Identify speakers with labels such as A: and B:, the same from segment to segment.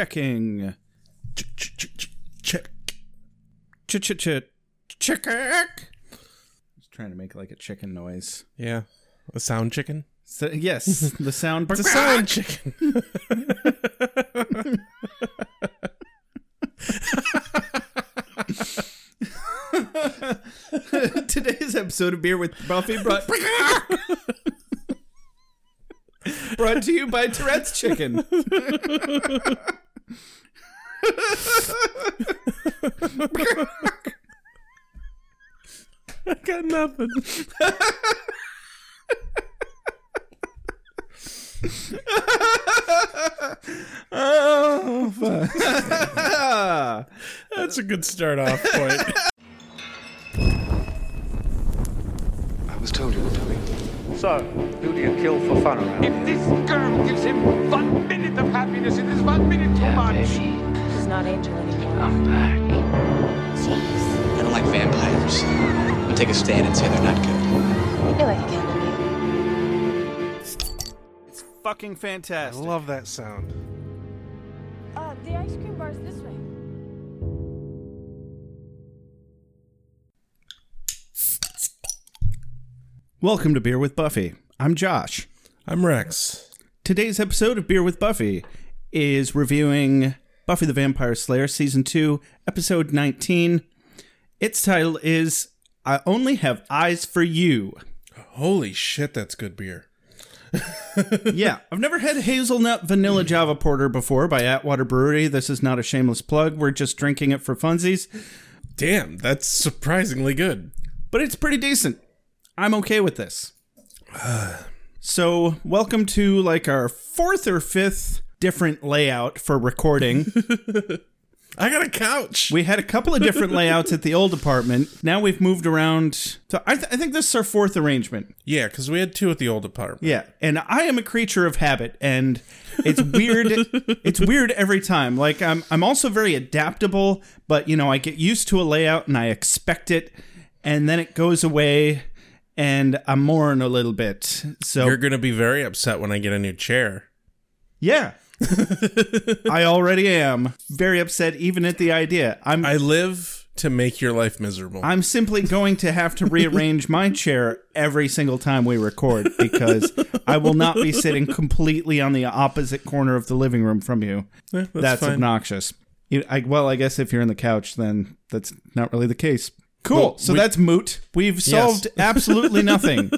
A: Checking. Check. Check. Check. Check. Check. Check. Check. Just trying to make like a chicken noise.
B: Yeah. A sound chicken?
A: So, yes, the sound.
B: It's a sound chicken.
A: Today's episode of Beer with Buffy brought brought to you by Tourette's Chicken.
B: I got nothing.
A: Oh, fuck.
B: That's a good start off point.
C: I was told you were coming.
D: So, who do you kill for fun around?
E: If this girl gives him one minute of happiness in this one minute too much.
F: She's not Angel anymore.
C: I don't like vampires. I'll take a stand and say they're not good.
A: It's fucking fantastic.
B: Love that sound.
G: Uh, the ice cream bar's this way.
A: Welcome to Beer with Buffy. I'm Josh.
B: I'm Rex.
A: Today's episode of Beer with Buffy is reviewing Buffy the Vampire Slayer season 2, episode 19. Its title is I Only Have Eyes for You.
B: Holy shit, that's good beer.
A: yeah, I've never had hazelnut vanilla java porter before by Atwater Brewery. This is not a shameless plug. We're just drinking it for funsies,
B: Damn, that's surprisingly good.
A: but it's pretty decent. I'm okay with this. So, welcome to like our fourth or fifth different layout for recording.
B: I got a couch.
A: We had a couple of different layouts at the old apartment. Now we've moved around. So I, th- I think this is our fourth arrangement.
B: yeah, because we had two at the old apartment.
A: Yeah, and I am a creature of habit, and it's weird. it's weird every time. Like I'm, I'm also very adaptable, but you know, I get used to a layout and I expect it, and then it goes away, and I mourn a little bit. So
B: You're going to be very upset when I get a new chair.
A: yeah. I already am very upset even at the idea. I'm
B: I live to make your life miserable.
A: I'm simply going to have to rearrange my chair every single time we record because I will not be sitting completely on the opposite corner of the living room from you.
B: Yeah,
A: that's
B: fine.
A: obnoxious. You, I, well, I guess if you're in the couch, then that's not really the case. Cool.
B: Well,
A: so
B: we-
A: that's moot. We've solved absolutely nothing.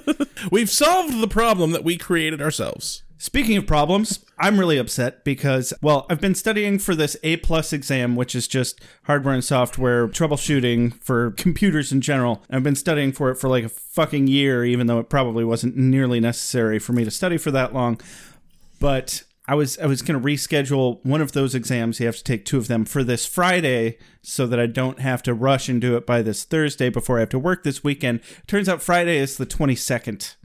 B: We've solved the problem that we created ourselves.
A: Speaking of problems, I'm really upset because, well, I've been studying for this A plus exam, which is just hardware and software troubleshooting for computers in general. I've been studying for it for like a fucking year, even though it probably wasn't nearly necessary for me to study for that long. But I was I was going to reschedule one of those exams. You have to take two of them for this Friday, so that I don't have to rush and do it by this Thursday before I have to work this weekend. Turns out Friday is the 22nd.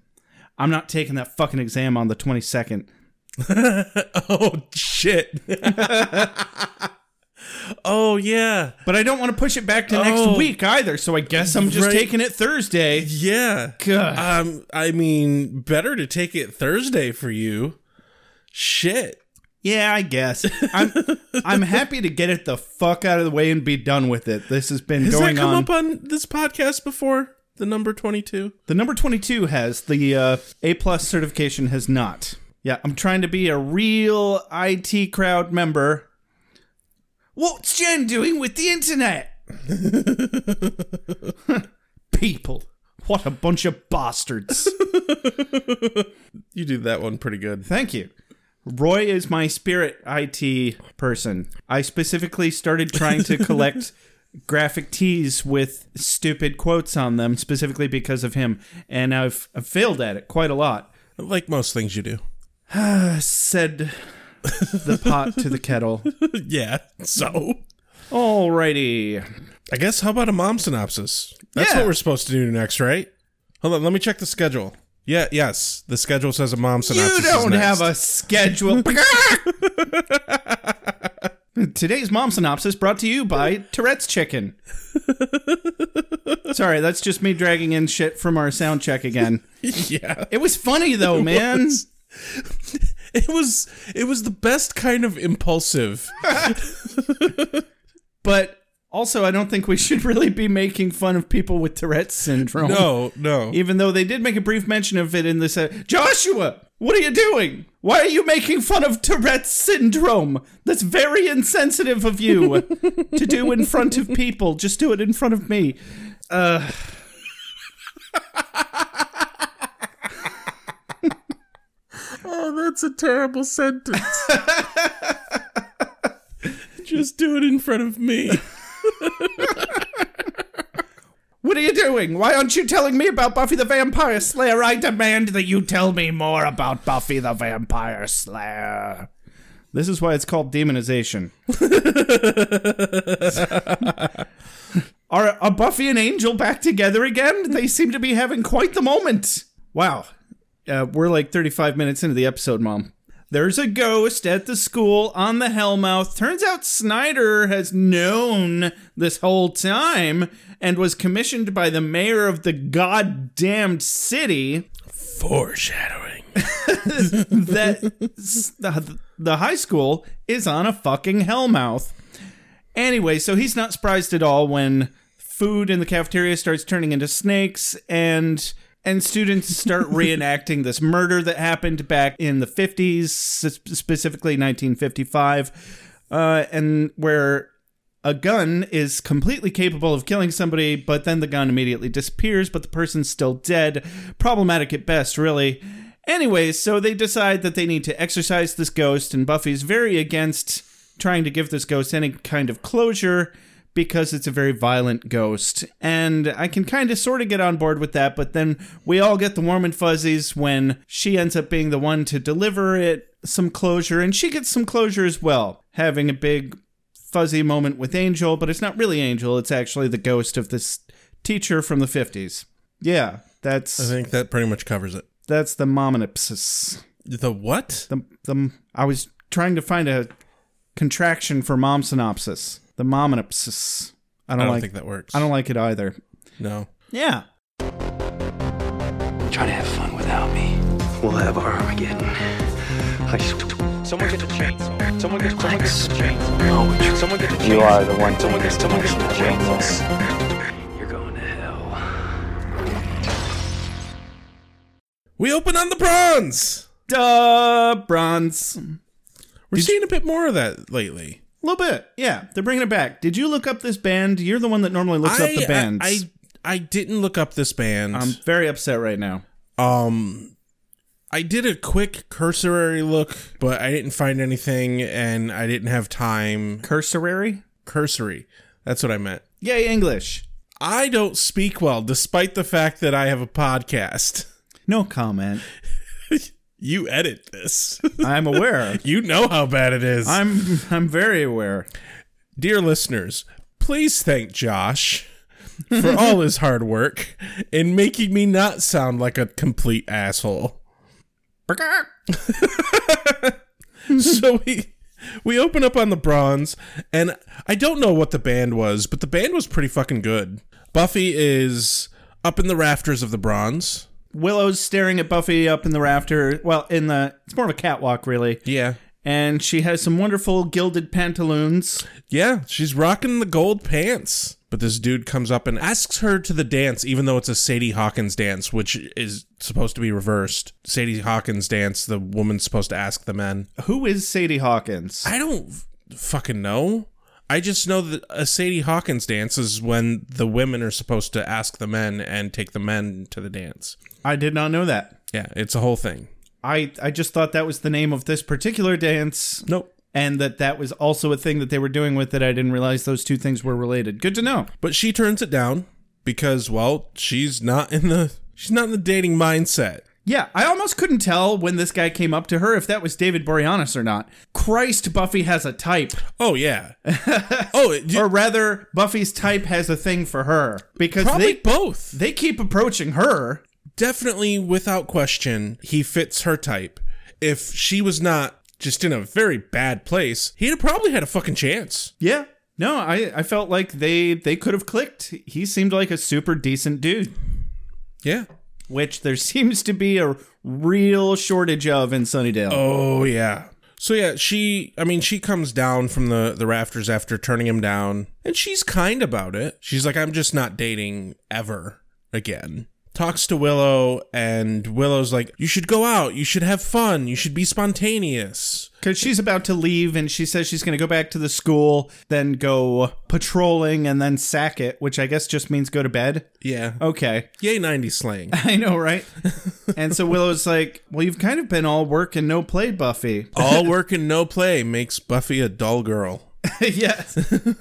A: I'm not taking that fucking exam on the 22nd.
B: Oh shit. oh yeah.
A: But I don't want to push it back to next
B: Oh.
A: week either, so I guess I'm just
B: Right.
A: taking it Thursday.
B: Yeah.
A: God.
B: Um I mean better to take it Thursday for you. Shit.
A: Yeah, I guess. I'm I'm happy to get it the fuck out of the way and be done with it. This has been
B: Has
A: going
B: that come
A: on.
B: up on this podcast before? The number 22?
A: the number 22 has the uh, A plus certification has not. Yeah, I'm trying to be a real IT crowd member. What's Jen doing with the internet? People, what a bunch of bastards.
B: You do that one pretty good.
A: Thank you. Roy is my spirit IT person. I specifically started trying to collect graphic tees with stupid quotes on them specifically because of him, and I've, I've failed at it quite a lot.
B: Like most things you do.
A: Said the pot to the kettle.
B: yeah. So
A: Alrighty.
B: I guess how about a mom synopsis? That's
A: Yeah.
B: what we're supposed to do next, right? Hold on, let me check the schedule. Yeah, yes. The schedule says a mom synopsis.
A: You
B: is
A: don't
B: next.
A: have a schedule. Today's mom synopsis brought to you by Tourette's Chicken. Sorry, that's just me dragging in shit from our sound check again.
B: Yeah.
A: It was funny though, man.
B: It was it was the best kind of impulsive.
A: But also, I don't think we should really be making fun of people with Tourette's syndrome.
B: No, no.
A: Even though they did make a brief mention of it in this. Uh, Joshua, what are you doing? Why are you making fun of Tourette's syndrome? That's very insensitive of you to do in front of people. Just do it in front of me.
B: Oh, that's a terrible sentence. Just do it in front of me.
A: What are you doing? Why aren't you telling me about Buffy the Vampire Slayer? I demand that you tell me more about Buffy the Vampire Slayer. This is why it's called demonization. are, are Buffy and Angel back together again? They seem to be having quite the moment. Wow. Uh, we're like 35 minutes into the episode, Mom. There's a ghost at the school on the Hellmouth. Turns out Snyder has known this whole time and was commissioned by the mayor of the goddamned city
B: Foreshadowing.
A: that s- the, the high school is on a fucking Hellmouth. Anyway, so he's not surprised at all when food in the cafeteria starts turning into snakes and and students start reenacting this murder that happened back in the 50s s- specifically 1955 uh, and where a gun is completely capable of killing somebody but then the gun immediately disappears but the person's still dead problematic at best really anyway so they decide that they need to exorcise this ghost and buffy's very against trying to give this ghost any kind of closure because it's a very violent ghost. And I can kind of sort of get on board with that, but then we all get the warm and fuzzies when she ends up being the one to deliver it some closure, and she gets some closure as well, having a big fuzzy moment with Angel, but it's not really Angel, it's actually the ghost of this teacher from the 50s. Yeah,
B: I
A: that's
B: think that pretty much covers it.
A: that's the momonopsis.
B: The what?
A: The the I was trying to find a contraction for mom synopsis. The momonopsis. I don't,
B: I don't
A: like
B: think that works.
A: I don't like it either.
B: No.
A: Yeah.
C: Try to have fun without me. We'll have our Armageddon. I just
E: Someone get a chainsaw. Someone get, someone get
C: Relax.
E: a chainsaw.
C: poetry.
E: Someone get a chainsaw.
H: You are the one
E: Someone
H: thing
E: get,
H: that's
E: someone get a
H: connected
E: chainsaw.
H: between us.
C: You're going to hell.
B: We open on the bronze.
A: Duh, bronze. A
B: We're seeing a bit more of that lately.
A: little bit. Yeah, they're bringing it back. Did you look up this band? You're the one that normally looks up the bands. Um,
B: I, I I didn't look up this band.
A: am very upset right now.
B: Um, I did a quick cursory look, but I didn't find anything, and I didn't have time.
A: Cursorary?
B: Cursory. That's what I meant.
A: Yay, English.
B: I don't speak well, despite the fact that I have a podcast.
A: No comment.
B: You edit this.
A: I'm aware.
B: you know how bad it is.
A: I'm I'm very aware.
B: Dear listeners, please thank Josh for all his hard work in making me not sound like a complete asshole. so we we open up on the bronze and I don't know what the band was, but the band was pretty fucking good. Buffy is up in the rafters of the bronze.
A: Willow's staring at Buffy up in the rafter. Well, in the it's more of a catwalk really.
B: Yeah.
A: And she has some wonderful gilded pantaloons.
B: Yeah, she's rocking the gold pants. But this dude comes up and asks her to the dance, even though it's a Sadie Hawkins dance, which is supposed to be reversed. Sadie Hawkins dance, the woman's supposed to ask the men.
A: Who is Sadie Hawkins?
B: I don't f- fucking know. I just know that a Sadie Hawkins dance is when the women are supposed to ask the men and take the men to the dance.
A: I did not know that.
B: Yeah, it's a whole thing.
A: I I just thought that was the name of this particular dance.
B: Nope.
A: and that that was also a thing that they were doing with it. I didn't realize those two things were related. Good to know.
B: But she turns it down because, well, she's not in the she's not in the dating mindset.
A: Yeah, I almost couldn't tell when this guy came up to her if that was David Boreanaz or not. Christ, Buffy has a type,
B: Oh yeah. oh, it,
A: or rather, Buffy's type has a thing for her because
B: Probably
A: they
B: both.
A: they keep approaching her.
B: Definitely, without question, he fits her type. If she was not just in a very bad place, he'd have probably had a fucking chance.
A: Yeah. No, I, I felt like they they could have clicked. He seemed like a super decent dude.
B: Yeah.
A: which there seems to be a real shortage of in Sunnydale.
B: Oh yeah. So yeah, she I mean she comes down from the the rafters after turning him down and she's kind about it. She's like I'm just not dating ever again. Talks to Willow and Willow's like you should go out, you should have fun, you should be spontaneous.
A: Because she's about to leave and she says she's going to go back to the school, then go patrolling, and then sack it, which I guess just means go to bed.
B: Yeah.
A: Okay.
B: Yay 90s slang.
A: I know, right? and so Willow's like, Well, you've kind of been all work and no play, Buffy.
B: All work and no play makes Buffy a dull girl.
A: yes.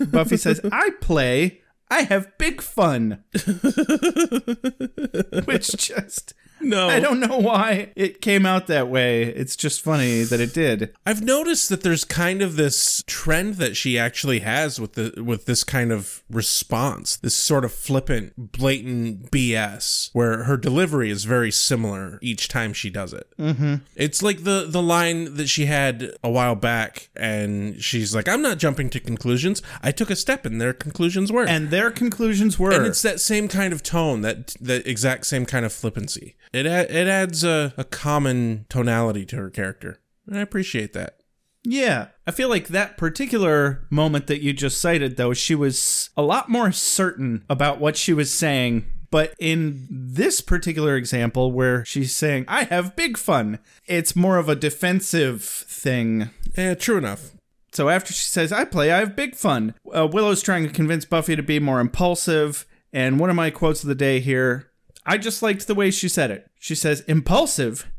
A: Buffy says, I play. I have big fun. Which just.
B: No.
A: I don't know why it came out that way. It's just funny that it did.
B: I've noticed that there's kind of this trend that she actually has with the with this kind of response, this sort of flippant, blatant BS, where her delivery is very similar each time she does it. Mm-hmm. It's like the the line that she had a while back, and she's like, "I'm not jumping to conclusions. I took a step, and their conclusions were."
A: And their conclusions were.
B: and it's that same kind of tone, that the exact same kind of flippancy. It a- it adds a, a common tonality to her character, and I appreciate that.
A: Yeah. I feel like that particular moment that you just cited, though, she was a lot more certain about what she was saying. But in this particular example, where she's saying, I have big fun, it's more of a defensive thing.
B: Yeah, Eh, true enough.
A: So after she says, I play, I have big fun, uh, Willow's trying to convince Buffy to be more impulsive. And one of my quotes of the day here, I just liked the way she said it. She says, Impulsive?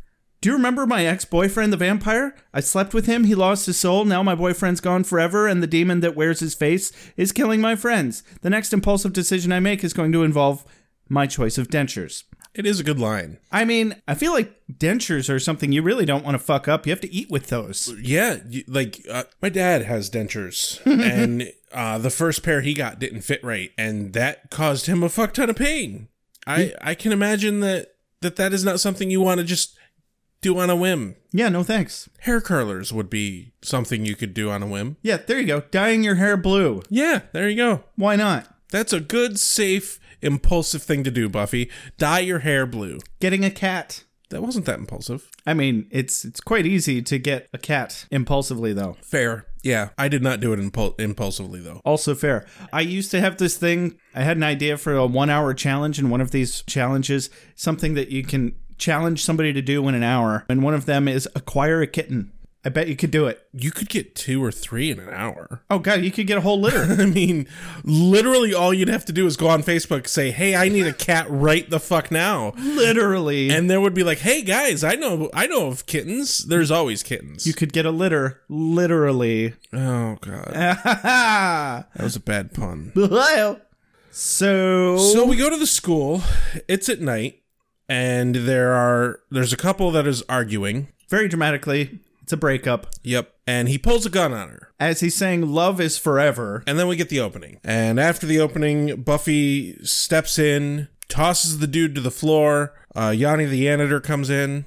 A: Do you remember my ex boyfriend, the vampire? I slept with him, he lost his soul, now my boyfriend's gone forever, and the demon that wears his face is killing my friends. The next impulsive decision I make is going to involve my choice of dentures.
B: It is a good line.
A: I mean, I feel like dentures are something you really don't want to fuck up. You have to eat with those.
B: Yeah, you, like uh, my dad has dentures, and uh, the first pair he got didn't fit right, and that caused him a fuck ton of pain. I I can imagine that that that is not something you want to just do on a whim.
A: Yeah, no thanks.
B: Hair curlers would be something you could do on a whim.
A: Yeah, there you go. Dyeing your hair blue.
B: Yeah, there you go.
A: Why not?
B: That's a good, safe, impulsive thing to do, Buffy. Dye your hair blue.
A: Getting a cat.
B: That wasn't that impulsive.
A: I mean, it's it's quite easy to get a cat impulsively though.
B: Fair. Yeah, I did not do it impul- impulsively though.
A: Also fair. I used to have this thing. I had an idea for a 1-hour challenge and one of these challenges something that you can challenge somebody to do in an hour and one of them is acquire a kitten. I bet you could do it.
B: You could get two or three in an hour.
A: Oh god, you could get a whole litter.
B: I mean, literally all you'd have to do is go on Facebook, say, "Hey, I need a cat right the fuck now,"
A: Literally.
B: and there would be like, "Hey guys, I know, I know of kittens. There's always kittens."
A: you could get a litter literally.
B: oh god, that was a bad pun.
A: so
B: So we go to the school. It's at night, and there are there's a couple that is arguing.
A: very dramatically, it's a breakup.
B: Yep, and he pulls a gun on her.
A: as he's saying love is forever
B: And then we get the opening. And after the opening, Buffy steps in, tosses the dude to the floor. Uh, Yanni the janitor comes in.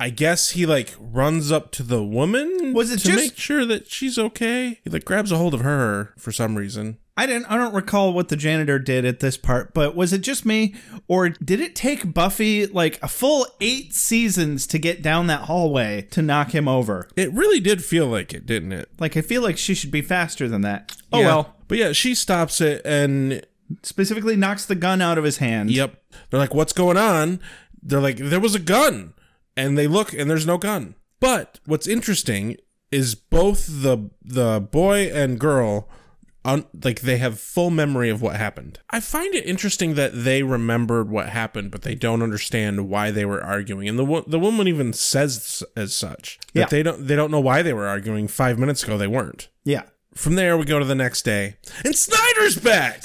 B: I guess he like runs up to the woman
A: Was it
B: to
A: just-
B: make sure that she's okay. He like grabs a hold of her for some reason.
A: i didn't i don't recall what the janitor did at this part but was it just me or did it take buffy like a full eight seasons to get down that hallway to knock him over
B: It really did feel like it, didn't it?
A: like i feel like she should be faster than that oh
B: Yeah.
A: well
B: But yeah, she stops it and
A: specifically knocks the gun out of his hand
B: yep. They're like, "What's going on?" They're like, "There was a gun." And they look and there's no gun. But what's interesting is both the the boy and girl un- like they have full memory of what happened. I find it interesting that they remembered what happened, but they don't understand why they were arguing. And the wo- the woman even says as such that
A: Yeah.
B: they don't they don't know why they were arguing 5 minutes ago they weren't.
A: yeah
B: From there we go to the next day. And Snyder's back.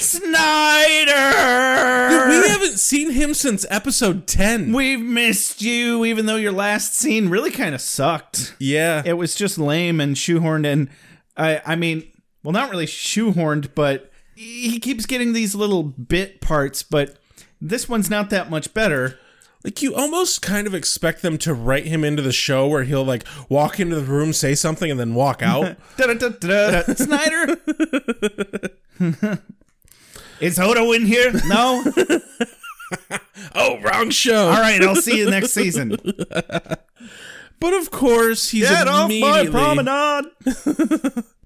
A: snyder
B: We haven't seen him since episode 10.
A: we've missed you even though your last scene really kind of sucked
B: Yeah.
A: it was just lame and shoehorned and I I mean well not really shoehorned but he keeps getting these little bit parts but this one's not that much better
B: like you almost kind of expect them to write him into the show where he'll like walk into the room, say something, and then walk out.
A: Da-da-da-da-da. Uh, Snyder Is Odo in here? No.
B: oh, wrong show.
A: All right, I'll see you next season.
B: But of course, he's
A: Get off my
B: immediately-
A: promenade.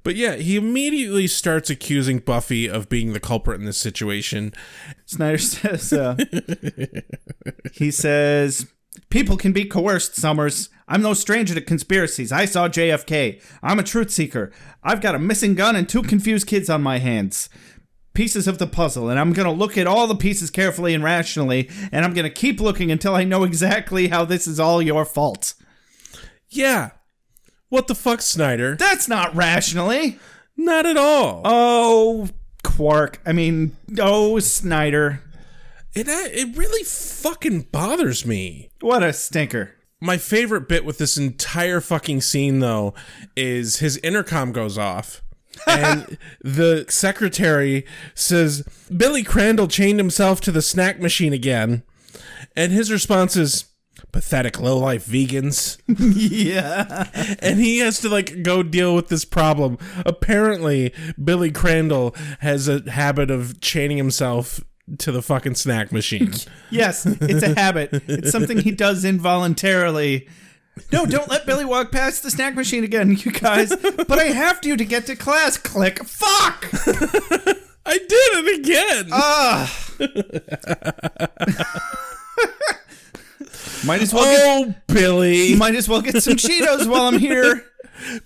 B: But yeah, he immediately starts accusing Buffy of being the culprit in this situation.
A: Snyder says, uh, he says, people can be coerced, Summers. I'm no stranger to conspiracies. I saw JFK. I'm a truth seeker. I've got a missing gun and two confused kids on my hands. Pieces of the puzzle, and I'm going to look at all the pieces carefully and rationally, and I'm going to keep looking until I know exactly how this is all your fault.
B: Yeah. What the fuck, Snyder?
A: That's not rationally.
B: Not at all.
A: Oh, Quark. I mean, oh, Snyder.
B: It uh, it really fucking bothers me.
A: What a stinker.
B: My favorite bit with this entire fucking scene though is his intercom goes off. and the secretary says Billy Crandall chained himself to the snack machine again. And his response is pathetic lowlife vegans.
A: Yeah.
B: and he has to like go deal with this problem. Apparently, Billy Crandall has a habit of chaining himself to the fucking snack machine.
A: Yes, it's a habit. It's something he does involuntarily. No, don't let Billy walk past the snack machine again, you guys. But I have to to get to class. Click. Fuck.
B: I did it again.
A: Might as well get
B: oh, Billy.
A: might as well get some Cheetos while I'm here.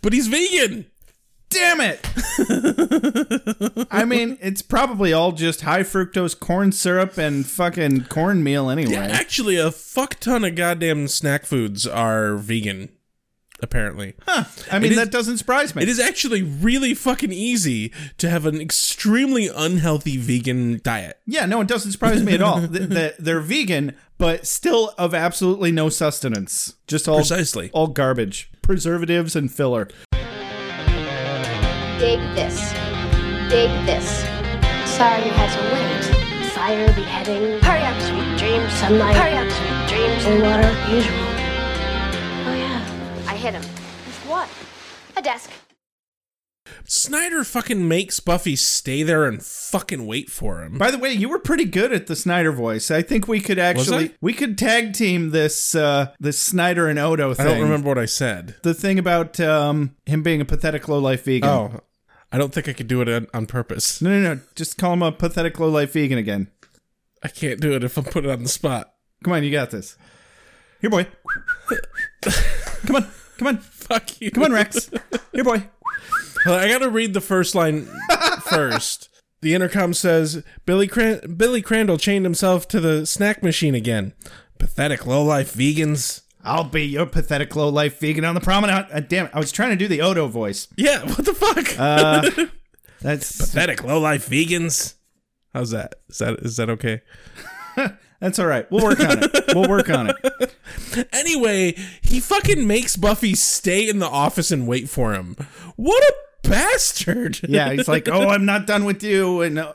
B: But he's vegan.
A: Damn it. I mean, it's probably all just high fructose corn syrup and fucking cornmeal anyway.
B: Actually, a fuck ton of goddamn snack foods are vegan, apparently.
A: I mean,
B: It is-
A: that doesn't surprise me.
B: It is actually really fucking easy to have an extremely unhealthy vegan diet.
A: Yeah, no, it doesn't surprise me at all. Th- that they're vegan, but still of absolutely no sustenance. Just all
B: Precisely.
A: all garbage, preservatives and filler.
H: Dig this. Dig this. Sorry you had to wait. Fire, beheading,
I: Hurry up, sweet dreams.
H: Sunlight.
I: Hurry up, sweet dreams.
H: cold water, usual.
I: Oh, yeah. I hit him. With what? A desk.
B: Snyder fucking makes Buffy stay there and fucking wait for him.
A: By the way, you were pretty good at the Snyder voice. I think we could actually
B: I?
A: we could tag team this uh this Snyder and Odo
B: I
A: thing.
B: don't remember what I said.
A: the thing about um him being a pathetic low life vegan.
B: Oh, I don't think I could do it on- on purpose.
A: No, no, no. Just call him a pathetic low life vegan again.
B: I can't do it if I'm put it on the spot.
A: Come on, you got this. Here, boy. come on. Come on.
B: Fuck you.
A: Come on, Rex. Here, boy.
B: I gotta read the first line first. The intercom says Billy Cran- Billy Crandall chained himself to the snack machine again. Pathetic lowlife vegans.
A: I'll be your pathetic low life vegan on the promenade. Uh, damn it, I was trying to do the Odo voice.
B: Yeah, what the fuck?
A: That's
B: Uh, Pathetic lowlife vegans. How's that? Is that is that okay?
A: that's all right. We'll work on it. We'll work on it.
B: Anyway, he fucking makes Buffy stay in the office and wait for him. What a bastard.
A: Yeah, he's like, oh, I'm not done with you, and uh,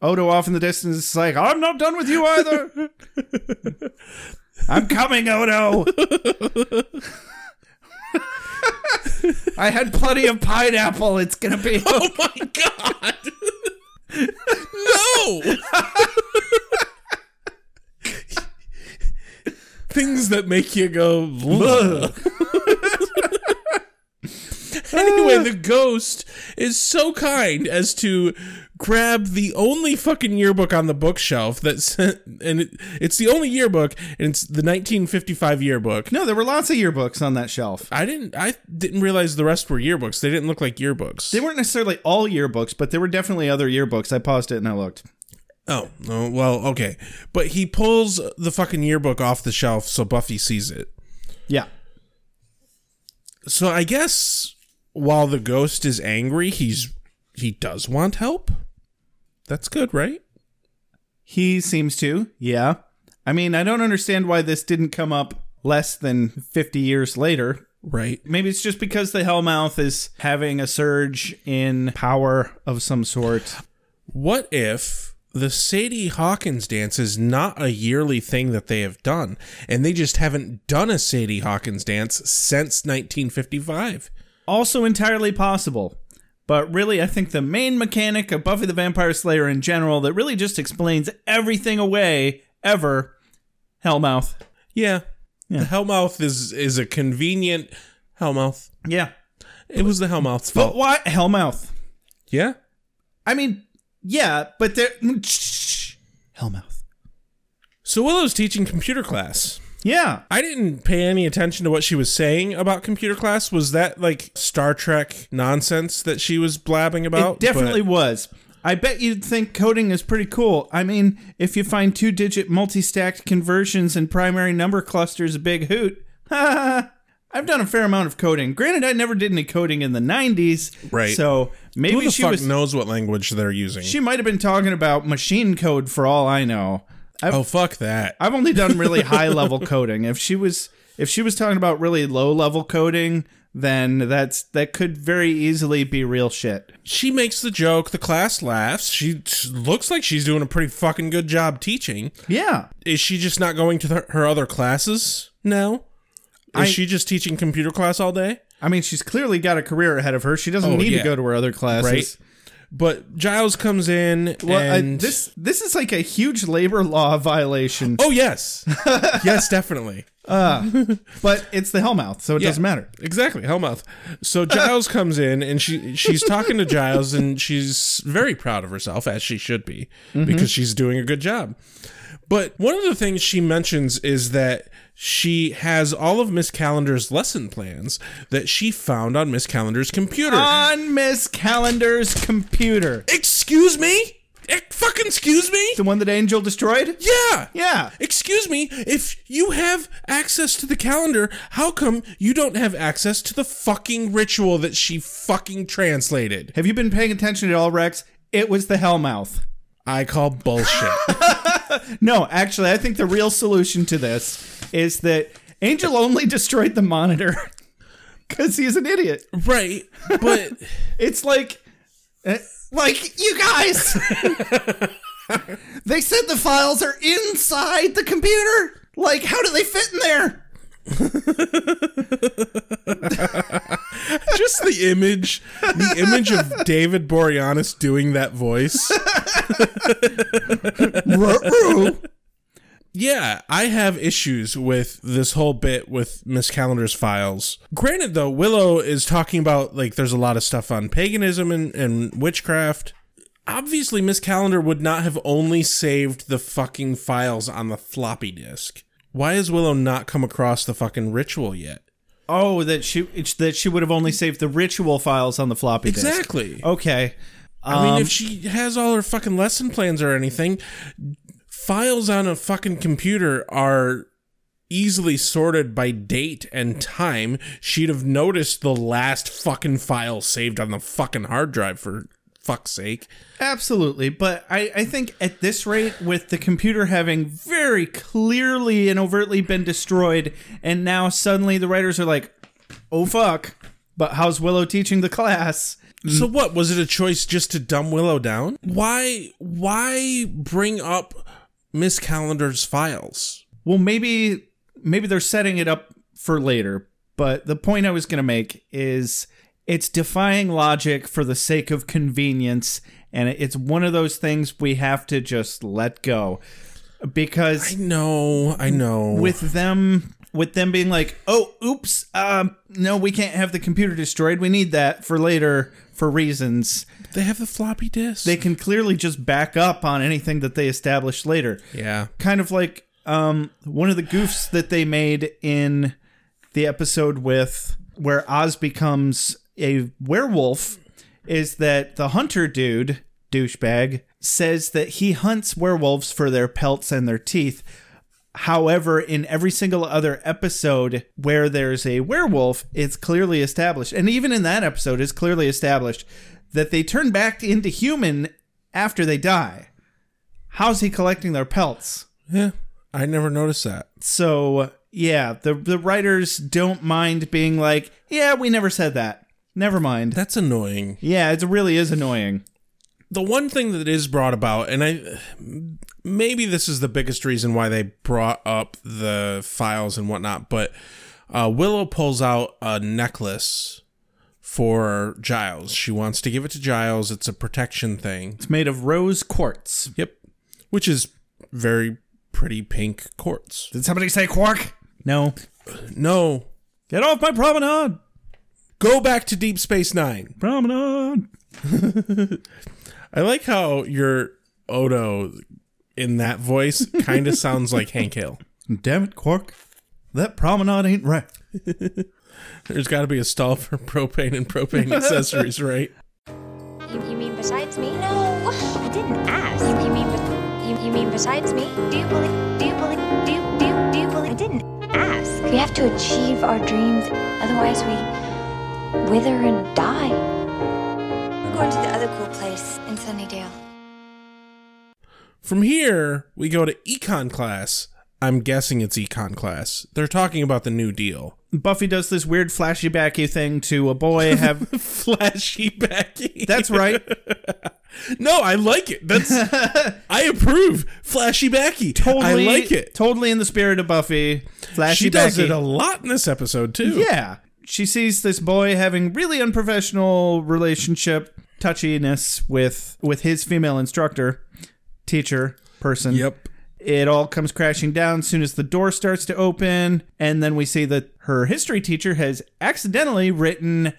A: Odo off in the distance is like, I'm not done with you either. I'm coming, Odo. I had plenty of pineapple. It's gonna be.
B: Oh my god. no. Things that make you go. "Ugh." anyway, the ghost is so kind as to grab the only fucking yearbook on the bookshelf that's and it, it's the only yearbook and it's the 1955 yearbook.
A: No, there were lots of yearbooks on that shelf.
B: I didn't I didn't realize the rest were yearbooks. They didn't look like yearbooks.
A: They weren't necessarily all yearbooks, but there were definitely other yearbooks. I paused it and I looked.
B: Oh, oh, well, okay. But he pulls the fucking yearbook off the shelf so Buffy sees it.
A: Yeah.
B: So I guess while the ghost is angry, he's he does want help. That's good, right?
A: He seems to, yeah. I mean, I don't understand why this didn't come up less than 50 years later.
B: Right.
A: Maybe it's just because the Hellmouth is having a surge in power of some sort.
B: What if the Sadie Hawkins dance is not a yearly thing that they have done and they just haven't done a Sadie Hawkins dance since 1955?
A: Also, entirely possible. But really, I think the main mechanic of Buffy the Vampire Slayer in general that really just explains everything away ever Hellmouth.
B: Yeah. The Hellmouth is is a convenient Hellmouth.
A: Yeah.
B: It was the Hellmouth's
A: But
B: fault.
A: why Hellmouth?
B: Yeah.
A: I mean, yeah, but they're shh, Hellmouth.
B: So Willow's teaching computer class.
A: Yeah.
B: I didn't pay any attention to what she was saying about computer class. Was that like Star Trek nonsense that she was blabbing about?
A: It definitely
B: But-
A: was. I bet you'd think coding is pretty cool. I mean, if you find two digit multi stacked conversions and primary number clusters a big hoot, I've done a fair amount of coding. Granted, I never did any coding in the 90s.
B: Right.
A: So maybe
B: who the
A: she
B: fuck
A: was.
B: knows what language they're using?
A: She might have been talking about machine code for all I know.
B: oh fuck that!
A: I've only done really high level coding. If she was if she was talking about really low level coding, then that's that could very easily be real shit.
B: she makes the joke. The class laughs. She she looks like she's doing a pretty fucking good job teaching.
A: Yeah.
B: Is she just not going to the, her other classes? No. Is
A: I-
B: she just teaching computer class all day?
A: I mean, she's clearly got a career ahead of her. She doesn't
B: Oh,
A: need
B: yeah.
A: to go to her other classes.
B: Right. But Giles comes in.
A: Well, I-
B: and
A: this this is like a huge labor law violation,
B: Oh yes, yes, definitely.
A: but it's the Hellmouth, so it
B: Yeah,
A: doesn't matter.
B: Exactly, Hellmouth. So Giles comes in and she she's talking to Giles and she's very proud of herself as she should be
A: Mm-hmm.
B: because she's doing a good job. But one of the things she mentions is that she has all of Miss Calendar's lesson plans that she found on Miss Calendar's computer.
A: On Miss Calendar's computer,
B: excuse me? Eh, fucking excuse me?
A: the one that Angel destroyed.
B: Yeah.
A: Yeah.
B: Excuse me, if you have access to the calendar, how come you don't have access to the fucking ritual that she fucking translated?
A: Have you been paying attention at all, Rex? It was the Hellmouth.
B: I call bullshit.
A: No, actually, I think the real solution to this is that Angel only destroyed the monitor because he's an idiot.
B: right, but
A: It's like, eh, like you guys. they said the files are inside the computer. Like, how do they fit in there?
B: just the image, the image of David Boreanaz doing that voice.
A: Ruh-roh.
B: Yeah, I have issues with this whole bit with Miss Calendar's files. Granted, though, Willow is talking about like there's a lot of stuff on paganism and, and witchcraft. Obviously, Miss Calendar would not have only saved the fucking files on the floppy disk. Why has Willow not come across the fucking ritual yet?
A: oh, that she it's- that she would have only saved the ritual files on the floppy disk.
B: Exactly.
A: Okay.
B: I mean, if she has all her fucking lesson plans or anything, files on a fucking computer are easily sorted by date and time. She'd have noticed the last fucking file saved on the fucking hard drive for fuck's sake.
A: Absolutely, but I, I think at this rate, with the computer having very clearly and overtly been destroyed, and now suddenly the writers are like, "Oh fuck!" But how's Willow teaching the class?
B: So what was it a choice just to dumb Willow down? Why why bring up Miss Calendar's files?
A: Well, maybe maybe they're setting it up for later. But the point I was going to make is it's defying logic for the sake of convenience, and it's one of those things we have to just let go because
B: No, I know.
A: with them with them being like oh oops um no we can't have the computer destroyed we need that for later for reasons
B: they have the floppy disk.
A: they can clearly just back up on anything that they establish later
B: yeah.
A: kind of like um one of the goofs that they made in the episode with where oz becomes a werewolf is that the hunter dude douchebag says that he hunts werewolves for their pelts and their teeth However, in every single other episode where there's a werewolf, it's clearly established, and even in that episode, it's clearly established that they turn back into human after they die. How's he collecting their pelts?
B: Yeah. I never noticed that.
A: So yeah, the the writers don't mind being like, yeah, we never said that. Never mind.
B: That's annoying.
A: Yeah, it really is annoying.
B: the one thing that is brought about and i maybe this is the biggest reason why they brought up the files and whatnot but uh, willow pulls out a necklace for giles she wants to give it to giles it's a protection thing
A: It's made of rose quartz.
B: yep which is very pretty pink courts.
A: Did somebody say quark? No.
B: No,
A: Get off my promenade.
B: go back to Deep Space Nine.
A: Promenade.
B: I like how your Odo in that voice kind of sounds like Hank Hill.
A: Damn it, quark. That promenade ain't right.
B: There's got to be a stall for propane and propane accessories, right?
I: You, you mean besides me? No, I didn't ask. You, you mean be- you, you mean besides me? Do you believe? Do you believe? Do you, do you, do you believe? I didn't ask.
H: We have to achieve our dreams, otherwise, we wither and die.
I: I'm going to the other cool place in Sunnydale.
B: From here, we go to econ class. I'm guessing it's econ class. They're talking about the New Deal.
A: Buffy does this weird flashy backy thing to a boy have
B: Flashy Becky.
A: That's right.
B: No, I like it. That's I approve. Flashy Becky.
A: Totally
B: I like it.
A: Totally in the spirit of Buffy. Flashy
B: she does
A: backy.
B: it a lot in this episode too.
A: Yeah. She sees this boy having really unprofessional relationship touchiness with with his female instructor, teacher, person.
B: Yep.
A: It all comes crashing down soon as the door starts to open, and then we see that her history teacher has accidentally written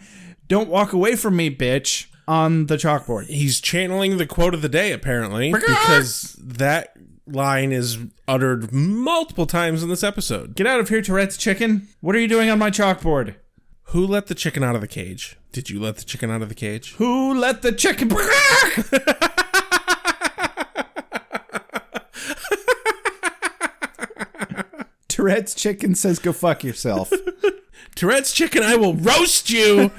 A: "Don't walk away from me, bitch" on the chalkboard.
B: He's channeling the quote of the day apparently because that line is uttered multiple times in this episode.
A: Get out of here, Tourette's chicken. What are you doing on my chalkboard?
B: Who let the chicken out of the cage? Did you let the chicken out of the cage?
A: Who let the chicken? Tourette's chicken says, "Go fuck yourself."
B: Tourette's chicken, I will roast you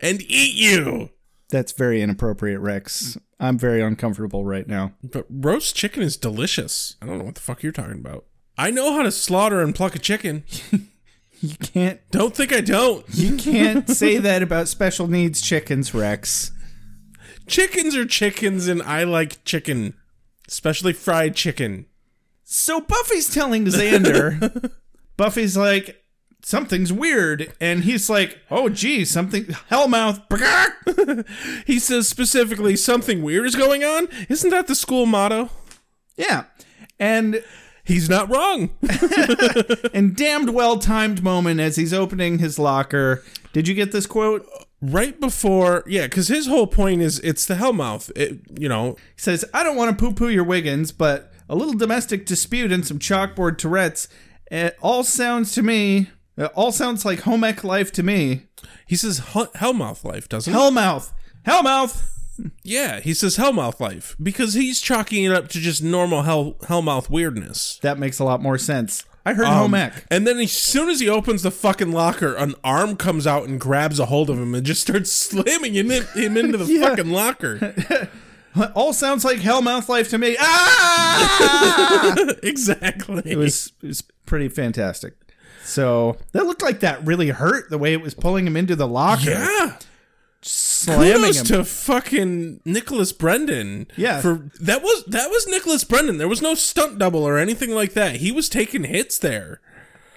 B: and eat you.
A: That's very inappropriate, Rex. I'm very uncomfortable right now.
B: But roast chicken is delicious. I don't know what the fuck you're talking about. I know how to slaughter and pluck a chicken.
A: You can't,
B: Don't think I don't.
A: you can't say that about special needs chickens, Rex.
B: Chickens are chickens, and I like chicken, especially fried chicken.
A: So Buffy's telling Xander, Buffy's like, something's weird. And he's like, oh, gee, something, Hellmouth.
B: he says specifically, something weird is going on. Isn't that the school motto?
A: Yeah. And
B: He's not wrong.
A: and damned well timed moment as he's opening his locker. Did you get this quote?
B: right before, yeah, because his whole point is it's the hellmouth. It, you know,
A: He says, I don't want to poo poo your Wiggins, but a little domestic dispute and some chalkboard Tourette's. It all sounds to me, it all sounds like home ec life to me.
B: he says hell- hellmouth life, doesn't he?
A: Hellmouth. Hellmouth.
B: Yeah, he says hellmouth life because he's chalking it up to just normal hell hellmouth weirdness.
A: That makes a lot more sense. I heard
B: Um,
A: home ec.
B: And then as soon as he opens the fucking locker, an arm comes out and grabs a hold of him and just starts slamming him, in- him into the
A: Yeah.
B: fucking locker.
A: All sounds like Hellmouth life to me. Ah!
B: exactly.
A: it was it was pretty fantastic. So that looked like that really hurt the way it was pulling him into the locker,
B: yeah.
A: slamming
B: Kudos
A: him.
B: to fucking Nicholas Brendan.
A: Yeah.
B: For that was that was Nicholas Brendan. There was no stunt double or anything like that. He was taking hits there.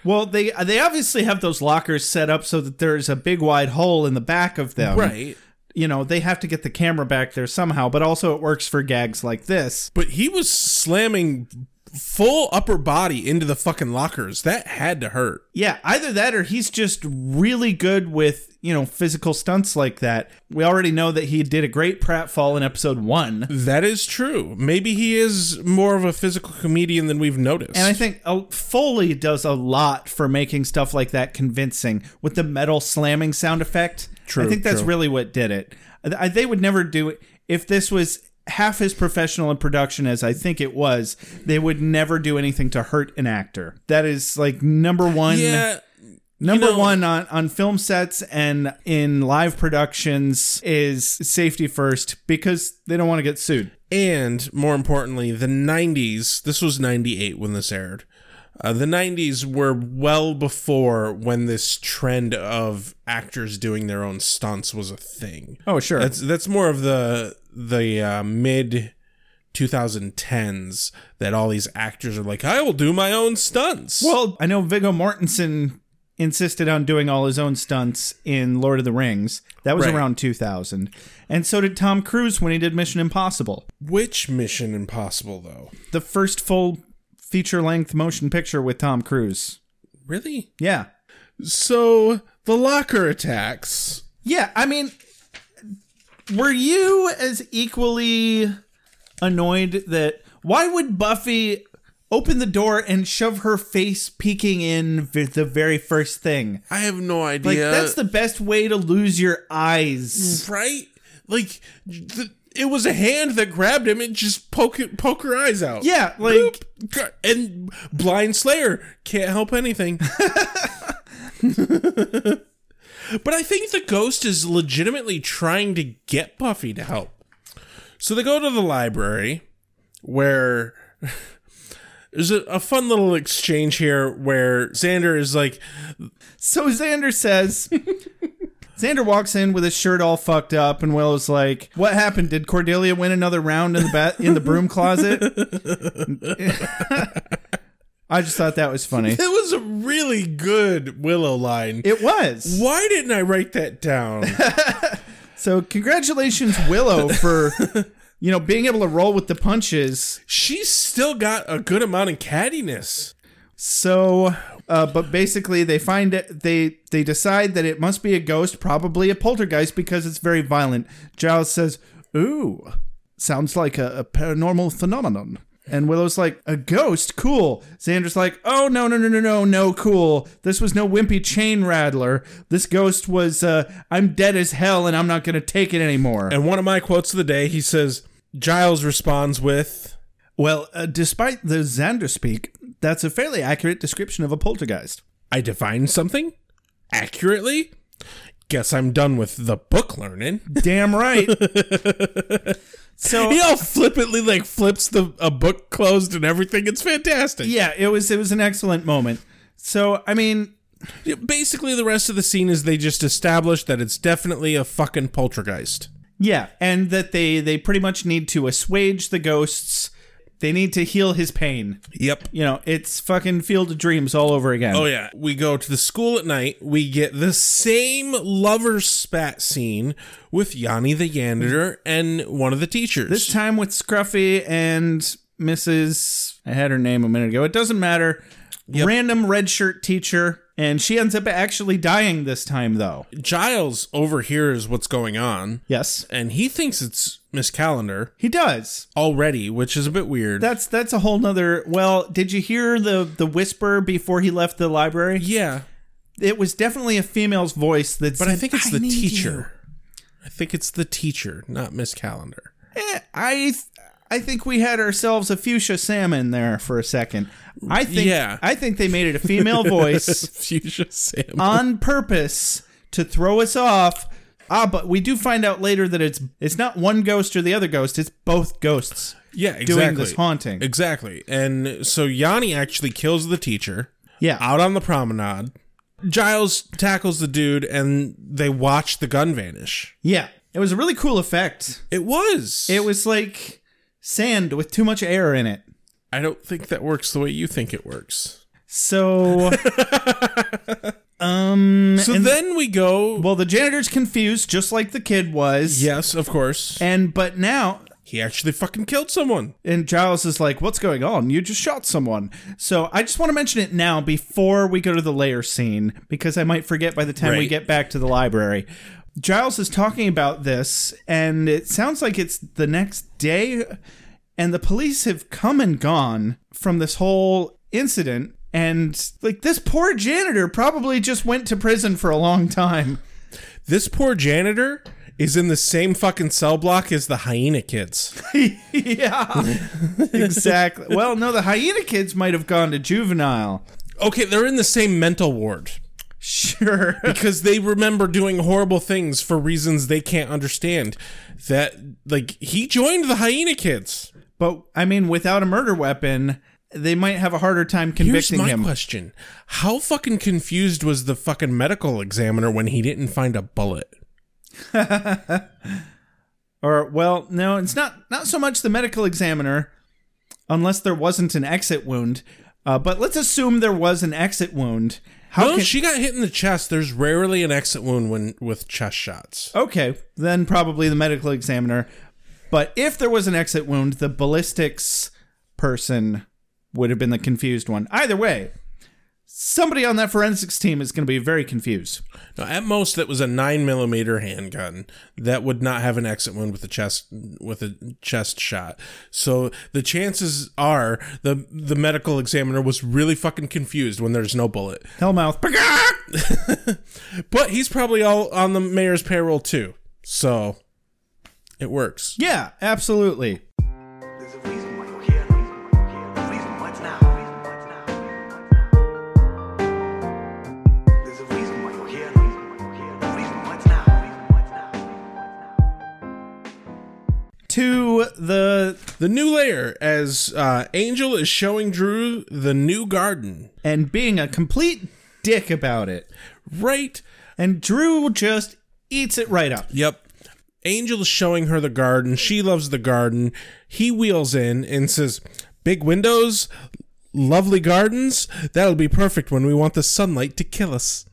A: well, they they obviously have those lockers set up so that there's a big wide hole in the back of them.
B: right.
A: You know they have to get the camera back there somehow, but also it works for gags like this.
B: But he was slamming full upper body into the fucking lockers. That had to hurt.
A: Yeah, either that or he's just really good with you know physical stunts like that. We already know that he did a great pratfall in episode one.
B: That is true. Maybe he is more of a physical comedian than we've noticed.
A: And I think uh, Foley does a lot for making stuff like that convincing with the metal slamming sound effect.
B: True,
A: I think that's
B: true.
A: really what did it. I, they would never do it if this was half as professional in production as I think it was. They would never do anything to hurt an actor. That is like number one.
B: yeah,
A: number
B: know-
A: one on, on film sets and in live productions is safety first because they don't want to get sued.
B: and more importantly, the 90s, this was 98 when this aired. Uh, the 90s were well before when this trend of actors doing their own stunts was a thing.
A: Oh, sure.
B: That's that's more of the the uh, mid 2010s that all these actors are like, I will do my own stunts.
A: Well, I know Viggo Mortensen insisted on doing all his own stunts in Lord of the Rings. That was
B: Right.
A: around 2000. And so did Tom Cruise when he did Mission Impossible.
B: which Mission Impossible though?
A: The first full feature length motion picture with Tom Cruise.
B: Really?
A: Yeah.
B: So the locker attacks.
A: Yeah, I mean, were you as equally annoyed that why would Buffy open the door and shove her face peeking in vi- the very first thing?
B: I have no idea.
A: Like that's the best way to lose your eyes.
B: right. Like the, it was a hand that grabbed him and just poke it- poke her eyes out.
A: Yeah, like
B: Boop. and blind Slayer can't help anything. but I think the ghost is legitimately trying to get Buffy to help. So they go to the library where there's a, a fun little exchange here where Xander is like,
A: so Xander says Xander walks in with his shirt all fucked up, and Willow's like, "What happened? Did Cordelia win another round in the bat in the broom closet?" I just thought that was funny.
B: That was a really good Willow line.
A: It was.
B: Why didn't I write that down?
A: So congratulations, Willow, for you know being able to roll with the punches.
B: She's still got a good amount of cattiness.
A: So, uh, but basically, they find it. They they decide that it must be a ghost, probably a poltergeist, because it's very violent. Giles says, "Ooh, sounds like a, a paranormal phenomenon." And Willow's like, "A ghost, cool." Xander's like, "Oh no no no no no no cool. This was no wimpy chain rattler. This ghost was uh, I'm dead as hell, and I'm not gonna take it anymore."
B: And one of my quotes of the day, he says, Giles responds with,
A: Well, uh, despite the Xander speak, that's a fairly accurate description of a poltergeist.
B: I defined something accurately. Guess I'm done with the book learning.
A: Damn right. so
B: He all flippantly like flips the a book closed and everything. It's fantastic.
A: yeah, it was it was an excellent moment. So I mean,
B: Basically, the rest of the scene is they just establish that it's definitely a fucking poltergeist.
A: yeah, and that they they pretty much need to assuage the ghosts. They need to heal his pain.
B: Yep.
A: You know, it's fucking Field of Dreams all over again.
B: Oh yeah, we go to the school at night. We get the same lover spat scene with Yanni the Yanditor and one of the teachers.
A: This time with Scruffy and Mrs. I had her name a minute ago. It doesn't matter. Random red shirt teacher, and she ends up actually dying this time though.
B: Giles overhears what's going on,
A: Yes.
B: and he thinks it's Miss Calendar
A: He does.
B: already, which is a bit weird.
A: That's that's a whole nother well, did you hear the the whisper before he left the library?
B: yeah,
A: It was definitely a female's voice that
B: but I
A: said,
B: think it's the
A: need
B: teacher. I think it's the teacher, not Miss Calendar.
A: you." Eh, I th- I think we had ourselves a fuchsia salmon there for a second. I think
B: Yeah.
A: I think they made it a female voice
B: Fuchsia Sam.
A: on purpose to throw us off. Ah, but we do find out later that it's it's not one ghost or the other ghost. It's both ghosts.
B: yeah, exactly.
A: doing this haunting.
B: Exactly. And so Yanni actually kills the teacher.
A: Yeah.
B: out on the promenade. Giles tackles the dude and they watch the gun vanish.
A: Yeah. It was a really cool effect.
B: It was.
A: It was like sand with too much air in it.
B: I don't think that works the way you think it works.
A: So
B: So then we go.
A: Mm, well the janitor's confused just like the kid was.
B: yes, of course.
A: And but now
B: He actually fucking killed someone.
A: and Giles is like, "What's going on? You just shot someone." So I just want to mention it now before we go to the layer scene because I might forget by the time we
B: Right.
A: get back to the library. Giles is talking about this, and it sounds like it's the next day, and the police have come and gone from this whole incident. And like this poor janitor probably just went to prison for a long time.
B: This poor janitor is in the same fucking cell block as the hyena kids.
A: yeah, exactly. Well, no, the hyena kids might have gone to juvenile.
B: Okay, they're in the same mental ward
A: Sure.
B: because they remember doing horrible things for reasons they can't understand. That, like, he joined the hyena kids.
A: But I mean, without a murder weapon, they might have a harder time convicting
B: Here's my
A: him.
B: question: How fucking confused was the fucking medical examiner when he didn't find a bullet?
A: Or well, no, it's not not so much the medical examiner, unless there wasn't an exit wound. Uh, but let's assume there was an exit wound. How
B: no,
A: can-
B: she got hit in the chest. There's rarely an exit wound when with chest shots.
A: Okay, then probably the medical examiner. But if there was an exit wound, the ballistics person would have been the confused one. Either way, somebody on that forensics team is going to be very confused.
B: Now, at most, that was a nine millimeter handgun that would not have an exit wound with a chest with a chest shot. So the chances are the the medical examiner was really fucking confused when there's no bullet.
A: Hellmouth.
B: but he's probably all on the mayor's payroll too, so it works.
A: Yeah, absolutely.
E: There's a reason why we're here. Reason why we're here. Reason why it's now. Reason why it's now. There's a reason why we're here. Reason why we're here. Reason why it's now. Reason why it's now.
A: To the
B: The new layer as uh, Angel is showing Drew the new garden.
A: and being a complete dick about it.
B: Right.
A: And Drew just eats it right up.
B: Yep. Angel is showing her the garden. She loves the garden. He wheels in and says, "Big windows, lovely gardens. That'll be perfect when we want the sunlight to kill us."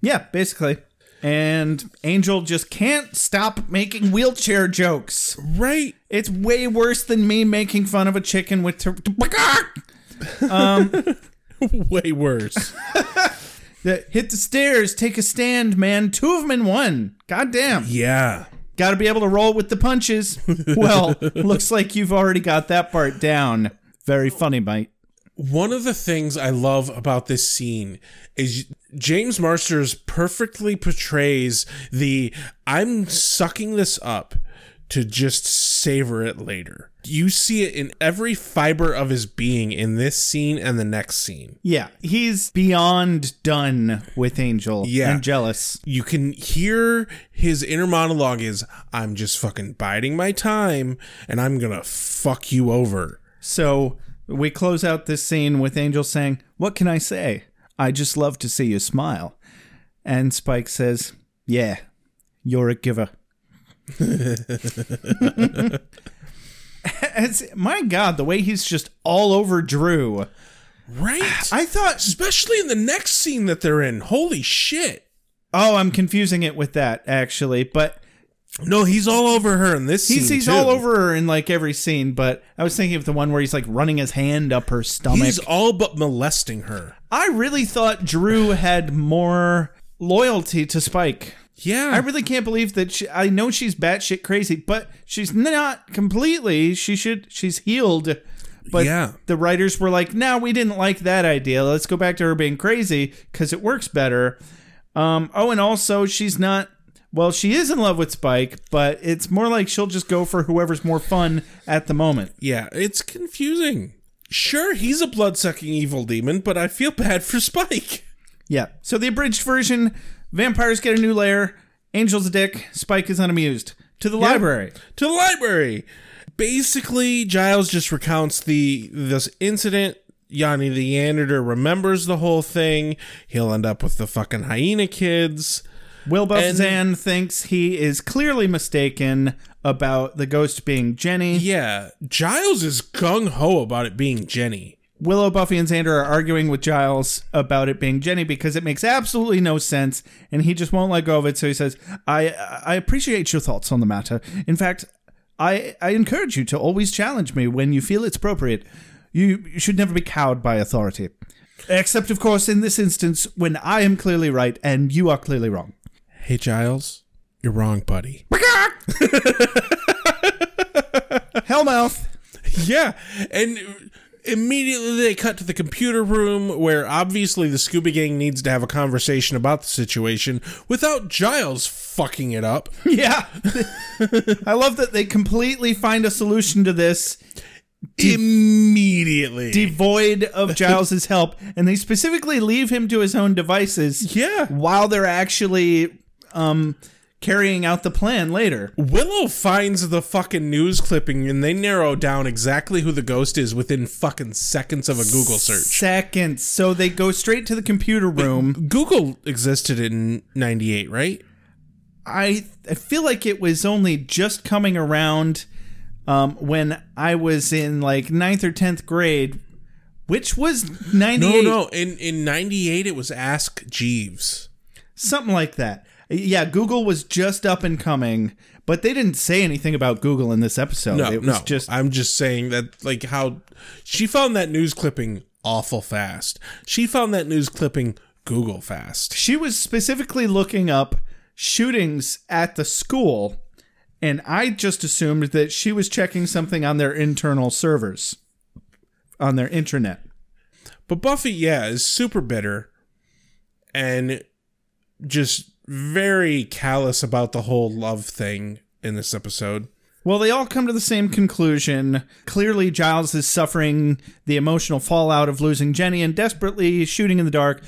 A: Yeah, basically. And Angel just can't stop making wheelchair jokes.
B: Right.
A: It's way worse than me making fun of a chicken with. Ter-
B: Way worse.
A: that hit the stairs, take a stand, man. Two of them in one. Goddamn.
B: yeah.
A: Got to be able to roll with the punches. Well, looks like you've already got that part down. Very funny, mate.
B: One of the things I love about this scene is James Marsters perfectly portrays the I'm sucking this up to just savor it later. You see it in every fiber of his being in this scene and the next scene.
A: Yeah, he's beyond done with Angel.
B: Yeah.
A: and jealous.
B: You can hear his inner monologue is I'm just fucking biding my time and I'm going to fuck you over.
A: So we close out this scene with Angel saying, "What can I say? I just love to see you smile." And Spike says, "Yeah, you're a giver." As, my God, the way he's just all over Drew.
B: Right?
A: I thought
B: especially in the next scene that they're in. Holy shit.
A: Oh, I'm confusing it with that actually, but
B: No, he's all over her in this
A: he's
B: scene.
A: he's
B: too.
A: all over her in like every scene. But I was thinking of the one where he's like running his hand up her stomach.
B: He's all but molesting her.
A: I really thought Drew had more loyalty to Spike.
B: Yeah.
A: I really can't believe that. She, I know she's batshit crazy, but she's not completely. She should. She's healed. But
B: Yeah.
A: the writers were like, "No, we didn't like that idea. Let's go back to her being crazy because it works better." Um. Oh, and also she's not. Well, she is in love with Spike, but it's more like she'll just go for whoever's more fun at the moment.
B: yeah, it's confusing. Sure, he's a blood-sucking evil demon, but I feel bad for Spike.
A: Yeah. So the abridged version: vampires get a new lair. Angel's a dick. Spike is unamused. To the library.
B: To the library. Basically, Giles just recounts the this incident. Yanni the Yanitor remembers the whole thing. He'll end up with the fucking hyena kids.
A: Wilbuff
B: And-
A: Zan thinks he is clearly mistaken about the ghost being Jenny.
B: Yeah, Giles is gung ho about it being Jenny.
A: Willow, Buffy, and Xander are arguing with Giles about it being Jenny because it makes absolutely no sense, and he just won't let go of it. So he says, "I I appreciate your thoughts on the matter. In fact, I I encourage you to always challenge me when you feel it's appropriate. You, you should never be cowed by authority, except of course in this instance when I am clearly right and you are clearly wrong."
B: Hey, Giles, you're wrong, buddy.
A: Hellmouth.
B: Yeah, and immediately they cut to the computer room where obviously the Scooby Gang needs to have a conversation about the situation without Giles fucking it up.
A: Yeah. I love that they completely find a solution to this
B: immediately.
A: devoid of Giles's help and they specifically leave him to his own devices
B: Yeah.
A: while they're actually um carrying out the plan later.
B: Willow finds the fucking news clipping and they narrow down exactly who the ghost is within fucking seconds of a Google search.
A: Seconds. So they go straight to the computer room.
B: Google existed in 98, right?
A: I I feel like it was only just coming around um, when I was in like ninth or 10th grade, which was 98.
B: No, no. In in 98 it was Ask Jeeves.
A: something like that. Yeah, Google was just up and coming, But they didn't say anything about Google in this episode.
B: No,
A: it was
B: no.
A: just
B: I'm just saying that, like, how she found that news clipping awful fast. She found that news clipping Google fast.
A: she was specifically looking up shootings at the school, and I just assumed that she was checking something on their internal servers, on their intranet.
B: But Buffy, yeah, is super bitter and just very callous about the whole love thing in this episode.
A: Well, they all come to the same conclusion. Clearly, Giles is suffering the emotional fallout of losing Jenny and desperately shooting in the dark,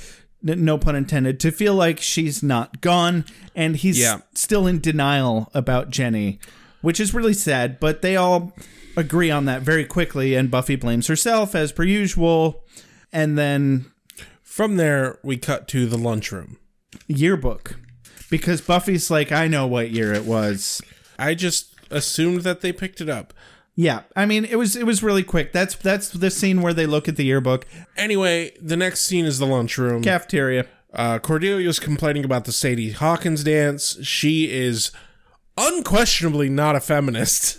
A: n- no pun intended, to feel like she's not gone. And he's
B: Yeah.
A: still in denial about Jenny, which is really sad, but they all agree on that very quickly. And Buffy blames herself, as per usual. And then
B: From there, we cut to the lunchroom.
A: yearbook. Because Buffy's like, I know what year it was.
B: I just assumed that they picked it up.
A: Yeah, I mean, it was it was really quick. That's that's the scene where they look at the yearbook
B: Anyway, the next scene is the lunchroom.
A: cafeteria.
B: Uh, Cordelia's complaining about the Sadie Hawkins dance. She is unquestionably not a feminist.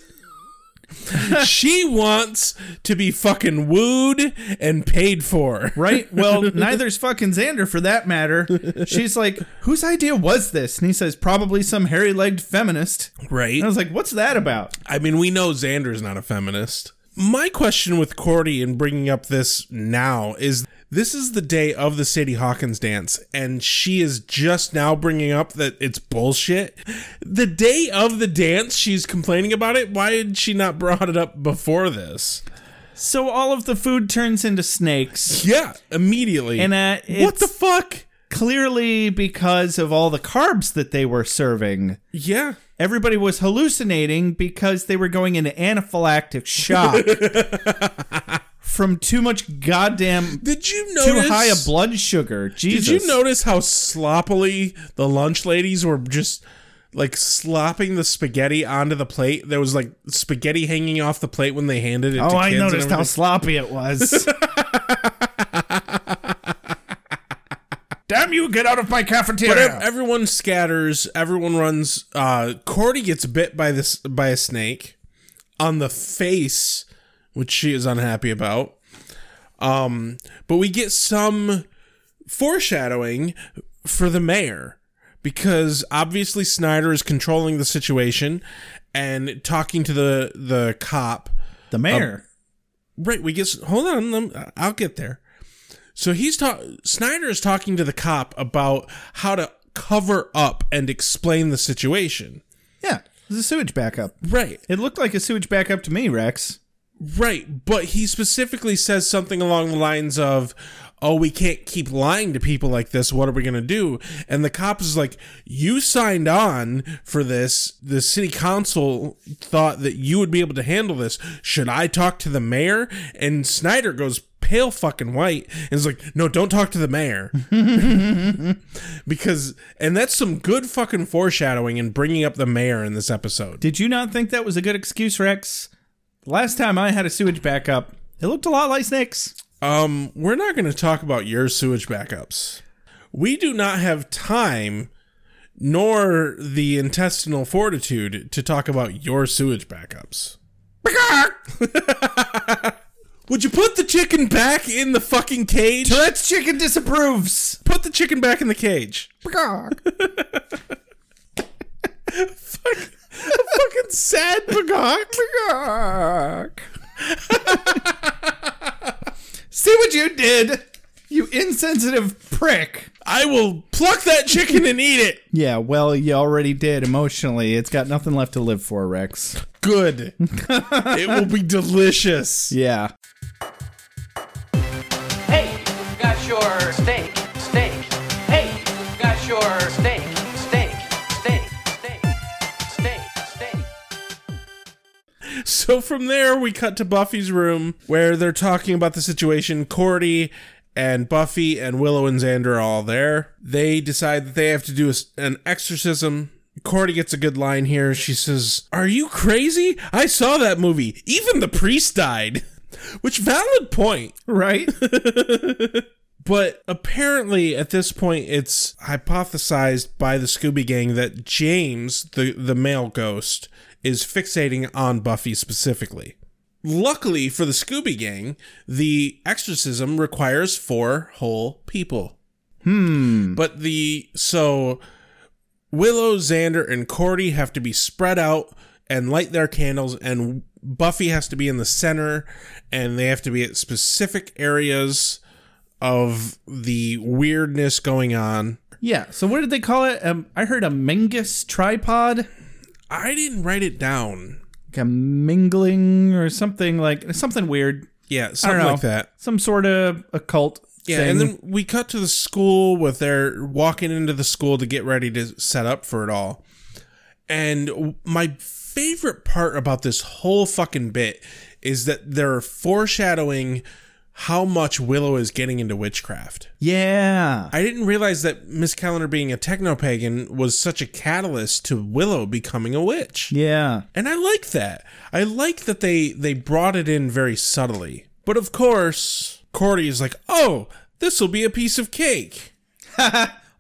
B: she wants to be fucking wooed and paid for.
A: Right? Well, neither's fucking Xander for that matter. She's like, whose idea was this? And he says, probably some hairy legged feminist.
B: Right.
A: And I was like, what's that about?
B: I mean, we know Xander's not a feminist. My question with Cordy and bringing up this now is this is the day of the Sadie Hawkins dance, and she is just now bringing up that it's bullshit. The day of the dance, she's complaining about it. Why had she not brought it up before this?
A: So all of the food turns into snakes.
B: Yeah, immediately.
A: And uh,
B: what
A: it's
B: the fuck?
A: clearly because of all the carbs that they were serving.
B: Yeah.
A: Everybody was hallucinating because they were going into anaphylactic shock from too much goddamn
B: Did you
A: too
B: notice?
A: high a blood sugar. Jesus.
B: Did you notice how sloppily the lunch ladies were just like slopping the spaghetti onto the plate? There was like spaghetti hanging off the plate when they handed it. to
A: Oh, I
B: kids and
A: noticed how
B: everything.
A: sloppy it was. Damn you, get out of my
B: But
A: cafeteria.
B: ev- everyone scatters. Everyone runs. Uh, Cordy gets bit by this by a snake on the face, which she is unhappy about. Um, but we get some foreshadowing for the mayor because obviously Snyder is controlling the situation and talking to the the cop.
A: the mayor.
B: Right, we get. s- Hold on, lem- I'll get there. So he's talk. Snyder is talking to the cop about how to cover up and explain the situation.
A: yeah, there's a sewage backup.
B: Right,
A: It looked like a sewage backup to me, Rex.
B: right. But he specifically says something along the lines of, "Oh, we can't keep lying to people like this. What are we gonna do?" And the cop is like, "You signed on for this. The city council thought that you would be able to handle this. Should I talk to the mayor?" And Snyder goes pale fucking white and is like, no, don't talk to the mayor. because, and that's some good fucking foreshadowing and bringing up the mayor in this episode.
A: Did you not think that was a good excuse, Rex? Last time I had a sewage backup, it looked a lot like snakes.
B: Um, we're not going to talk about your sewage backups. We do not have time nor the intestinal fortitude to talk about your sewage backups. Would you put the chicken back in the fucking cage?
A: Tourette's chicken disapproves.
B: Put the chicken back in the cage. fucking sad pagok.
A: See what you did, you insensitive prick.
B: I will pluck that chicken and eat it.
A: Yeah, well, you already did emotionally. It's got nothing left to live for, Rex.
B: Good. it will be delicious.
A: Yeah.
E: Hey, got your steak, steak. Hey, got your steak, steak, steak, steak, steak, steak.
B: So from there, we cut to Buffy's room where they're talking about the situation. Cordy and Buffy and Willow and Xander are all there. They decide that they have to do a s an exorcism. Cordy gets a good line here. She says, Are you crazy? I saw that movie. Even the priest died. Which, valid point.
A: Right?
B: But apparently, at this point, it's hypothesized by the Scooby Gang that James, the, the male ghost, is fixating on Buffy specifically. Luckily for the Scooby Gang, the exorcism requires four whole people. Hmm. But the. So Willow, Xander, and Cordy have to be spread out and light their candles, and Buffy has to be in the center, and they have to be at specific areas of the weirdness going on.
A: Yeah. So what did they call it? Um, I heard a Mengus tripod,
B: I didn't write it down.
A: like a mingling or something like something weird.
B: Yeah,
A: I don't
B: something
A: know.
B: like that.
A: Some sort of occult.
B: Yeah,
A: thing.
B: and then we cut to the school with their walking into the school to get ready to set up for it all. And w- my favorite part about this whole fucking bit is that they're foreshadowing how much Willow is getting into witchcraft.
A: yeah.
B: I didn't realize that Miss Calendar being a techno pagan was such a catalyst to Willow becoming a witch.
A: Yeah.
B: And I like that. I like that they they brought it in very subtly. But of course, Cordy is like, "Oh, this will be a piece of cake."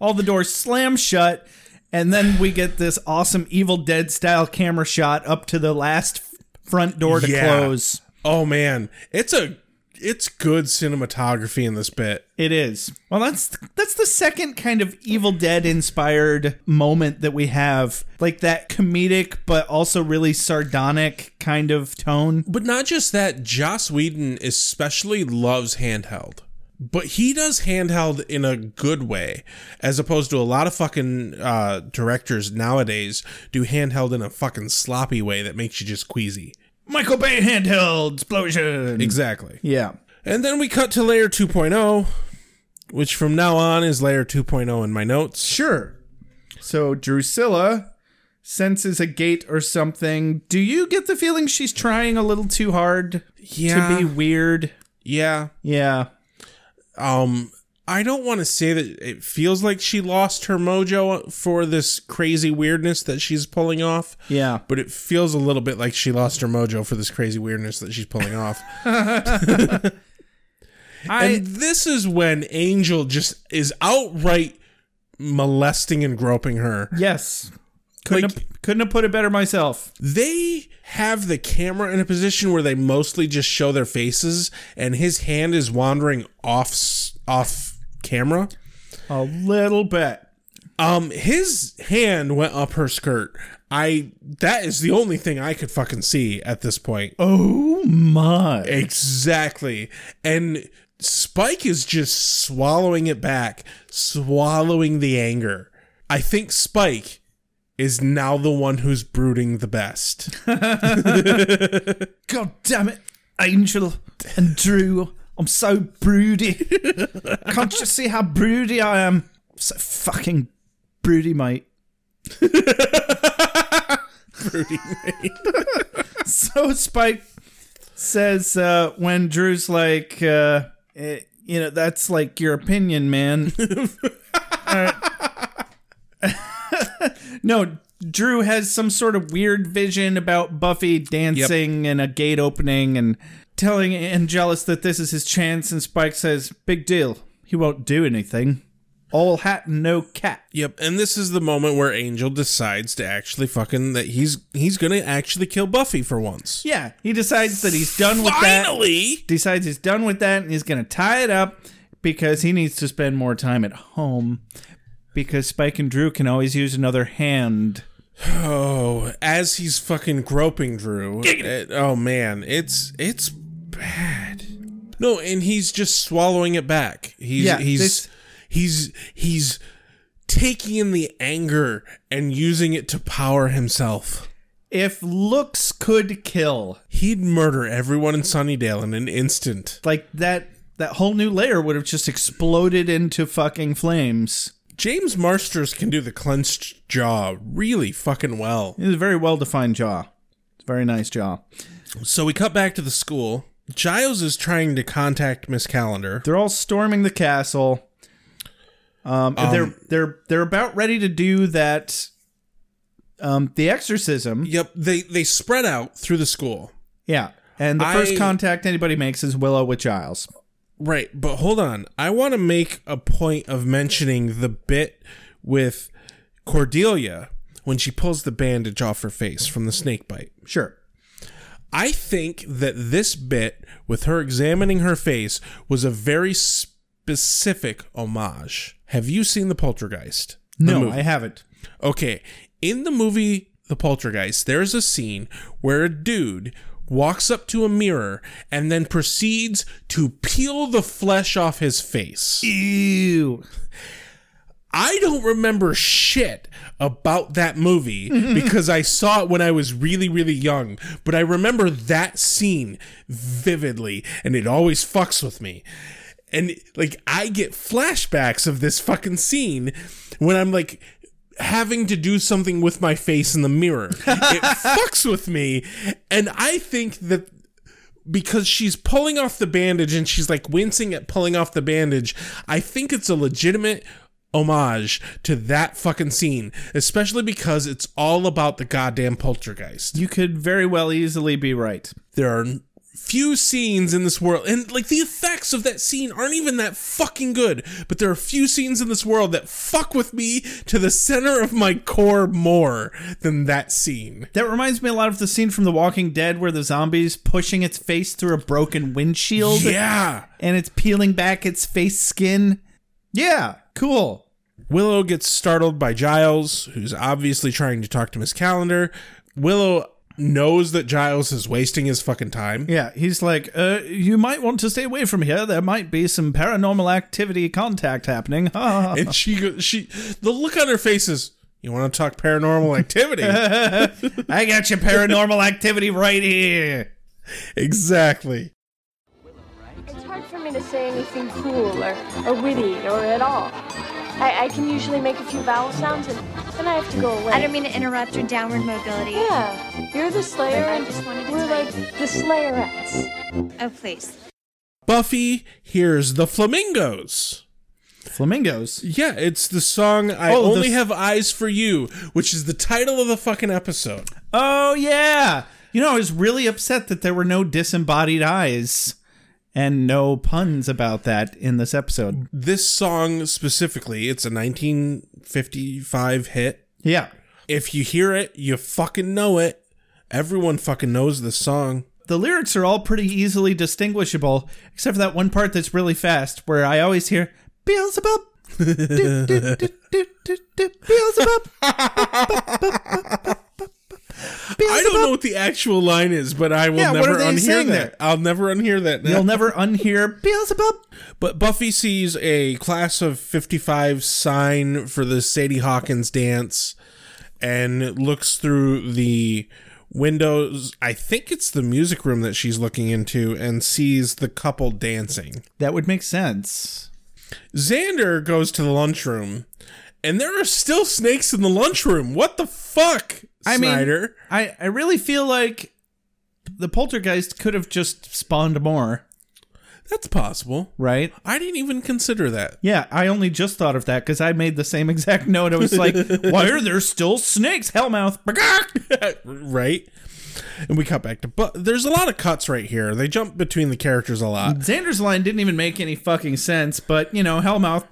A: All the doors slam shut, and then we get this awesome Evil Dead style camera shot up to the last front door to
B: Yeah.
A: close.
B: Oh man, it's a it's good cinematography in this bit.
A: It is. Well, that's that's the second kind of Evil Dead inspired moment that we have, like that comedic but also really sardonic kind of tone.
B: But not just that, Joss Whedon especially loves handheld. But he does handheld in a good way, as opposed to a lot of fucking uh, directors nowadays do handheld in a fucking sloppy way that makes you just queasy.
A: Michael Bay handheld explosion.
B: Exactly.
A: yeah.
B: And then we cut to layer 2.0, which from now on is layer 2.0 in my notes.
A: Sure. So Drusilla senses a gate or something. Do you get the feeling she's trying a little too hard to be weird?
B: yeah.
A: Yeah.
B: Um, I don't want to say that it feels like she lost her mojo for this crazy weirdness that she's pulling off.
A: Yeah.
B: But it feels a little bit like she lost her mojo for this crazy weirdness that she's pulling off.
A: I
B: and this is when Angel just is outright molesting and groping her.
A: yes. Couldn't
B: Like-
A: have, couldn't have put it better myself.
B: they have the camera in a position where they mostly just show their faces and his hand is wandering off s- off camera
A: A little bit.
B: um his hand went up her skirt i that is the only thing i could fucking see at this point
A: Oh my.
B: exactly and spike is just swallowing it back swallowing the anger i think spike is now the one who's brooding the best
A: God damn it, Angel and Drew. I'm so broody. Can't you see how broody I am? I'm so fucking broody, mate. broody, mate. so Spike says uh, when Drew's like, uh, eh, you know, that's like your opinion, man. No, Drew has some sort of weird vision about Buffy dancing and a gate opening and telling Angelus that this is his chance. And Spike says, Big deal. He won't do anything. All hat and no cat.
B: Yep, and this is the moment where Angel decides to actually fucking that he's he's gonna actually kill Buffy for once.
A: Yeah, he decides that he's done with that.
B: Finally,
A: Decides he's done with that and he's going to tie it up because he needs to spend more time at home because Spike and Drew can always use another hand.
B: oh, as he's fucking groping Drew. it- oh man, it's it's bad. No, and he's just swallowing it back. He's
A: Yeah,
B: he's
A: this-
B: he's he's taking in the anger and using it to power himself.
A: If looks could kill,
B: He'd murder everyone in Sunnydale in an instant.
A: like that that whole new layer would have just exploded into fucking flames.
B: James Marsters can do the clenched jaw really fucking well.
A: It was a very well defined jaw. It's a very nice jaw.
B: So we cut back to the school. Giles is trying to contact Miss Calendar.
A: They're all storming the castle. Um, and they're they're they're about ready to do that um the exorcism.
B: Yep, they they spread out through the school.
A: Yeah. And the
B: I-
A: first contact anybody makes is Willow with Giles.
B: Right, but hold on. I want to make a point of mentioning the bit with Cordelia when she pulls the bandage off her face from the snake bite.
A: Sure.
B: I think that this bit with her examining her face was a very specific homage. Have you seen The Poltergeist? The
A: No,
B: movie?
A: I haven't.
B: Okay, in the movie The Poltergeist, there's a scene where a dude walks up to a mirror and then proceeds to peel the flesh off his face.
A: Ew.
B: I don't remember shit about that movie because I saw it when I was really, really young, but I remember that scene vividly and it always fucks with me. And like, I get flashbacks of this fucking scene when I'm like having to do something with my face in the mirror. It fucks with me. And I think that because she's pulling off the bandage and she's like wincing at pulling off the bandage. I think it's a legitimate homage to that fucking scene, especially because it's all about the goddamn poltergeist.
A: You could very well easily be right.
B: There are few scenes in this world and like the effects of that scene aren't even that fucking good but there are few scenes in this world that fuck with me to the center of my core more than that scene
A: That reminds me a lot of the scene from The Walking Dead where the zombie's pushing its face through a broken windshield
B: yeah
A: and it's peeling back its face skin. Yeah, cool.
B: Willow gets startled by Giles, who's obviously trying to talk to Miss Calendar. Willow knows that Giles is wasting his fucking time.
A: Yeah, he's like, uh, you might want to stay away from here. There might be some paranormal activity contact happening. Ha, ha, ha.
B: And she go- she the look on her face is you want to talk paranormal activity.
A: I got your paranormal activity right here.
B: exactly.
G: It's hard for me to say anything cool or, or witty or at all. I, I can usually make a few vowel sounds and then I have to go away.
I: I don't mean to interrupt your downward mobility.
G: Yeah, you're the Slayer
I: I
G: and
I: just wanted to
G: we're
I: tell
G: like the Slayerettes.
I: Oh, please.
B: Buffy hears the flamingos.
A: Flamingos.
B: Yeah, it's the song I
A: Oh, the
B: Only
A: f-
B: Have Eyes for You, which is the title of the fucking episode.
A: Oh, yeah. You know, I was really upset that there were no disembodied eyes and no puns about that in this episode.
B: This song specifically, it's a 1955 hit.
A: Yeah.
B: if you hear it, you fucking know it. Everyone fucking knows this song.
A: The lyrics are all pretty easily distinguishable, except for that one part that's really fast where I always hear Beelzebub. Doot, doot, doot, doot, doot, doot, Beelzebub.
B: I don't know what the actual line is, but I will
A: Yeah, what
B: never
A: are they
B: unhear
A: saying
B: that.
A: there?
B: I'll never unhear that.
A: You'll never unhear Beelzebub.
B: but Buffy sees a class of 55 sign for the Sadie Hawkins dance and looks through the windows. I think it's the music room that she's looking into and sees the couple dancing.
A: That would make sense.
B: Xander goes to the lunchroom, and there are still snakes in the lunchroom. What the fuck,
A: I mean-
B: Snyder?
A: I, I really feel like the poltergeist could have just spawned more,
B: That's possible.
A: right?
B: I didn't even consider that.
A: Yeah, I only just thought of that because I made the same exact note. I was like, why are there still snakes? Hellmouth.
B: right? And we cut back to but there's a lot of cuts right here. They jump between the characters a lot.
A: Xander's line didn't even make any fucking sense, but you know, Hellmouth.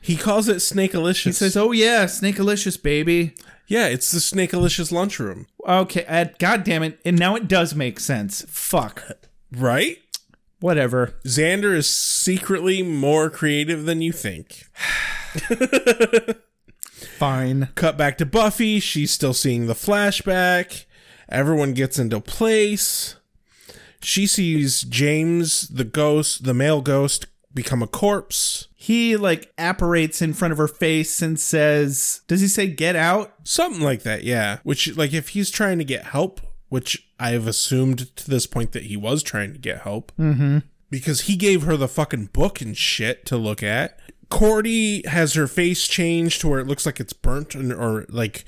B: He calls it Snakealicious.
A: He says, oh yeah, Snakealicious, baby.
B: "Yeah, it's the Snakealicious lunchroom."
A: Okay, uh, god damn it. And now it does make sense. Fuck.
B: Right?
A: Whatever.
B: Xander is secretly more creative than you think.
A: Fine.
B: Cut back to Buffy. She's still seeing the flashback. Everyone gets into place. She sees James, the ghost, the male ghost, become a corpse.
A: He like apparates in front of her face and says, does he say get out?
B: Something like that, yeah. Which, like, if he's trying to get help, which I have assumed to this point that he was trying to get help, mm-hmm. because he gave her the fucking book and shit to look at. Cordy has her face changed to where it looks like it's burnt and, or like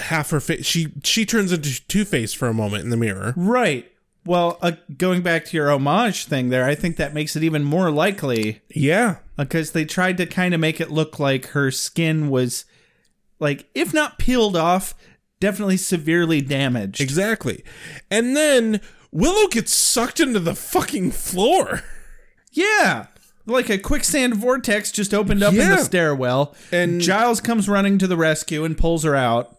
B: half her face. She she turns into Two Face for a moment in the mirror.
A: Right. Well, uh, going back to your homage thing there, I think that makes it even more likely
B: Yeah,
A: because they tried to kind of make it look like her skin was, like, if not peeled off, definitely severely damaged.
B: Exactly. And then Willow gets sucked into the fucking floor.
A: Yeah. Like a quicksand vortex just opened up in the
B: Yeah.
A: stairwell,
B: And-
A: Giles comes running to the rescue and pulls her out.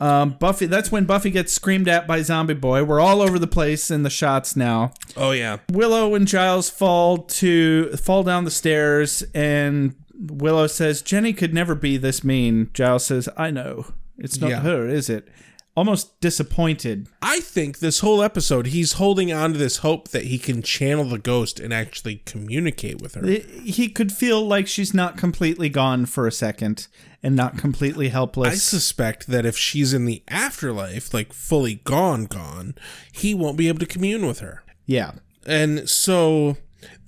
A: Um, Buffy. That's when Buffy gets screamed at by Zombie Boy. We're all over the place in the shots now.
B: Oh yeah.
A: Willow and Giles fall to fall down the stairs, and Willow says, "Jenny could never be this mean." Giles says, "I know. It's not
B: Yeah.
A: her, is it?" Almost disappointed.
B: I think this whole episode he's holding on to this hope that he can channel the ghost and actually communicate with her.
A: It- he could feel like she's not completely gone for a second and not completely
B: I
A: helpless.
B: suspect that if she's in the afterlife, like fully gone, gone, he won't be able to commune with her.
A: yeah.
B: And so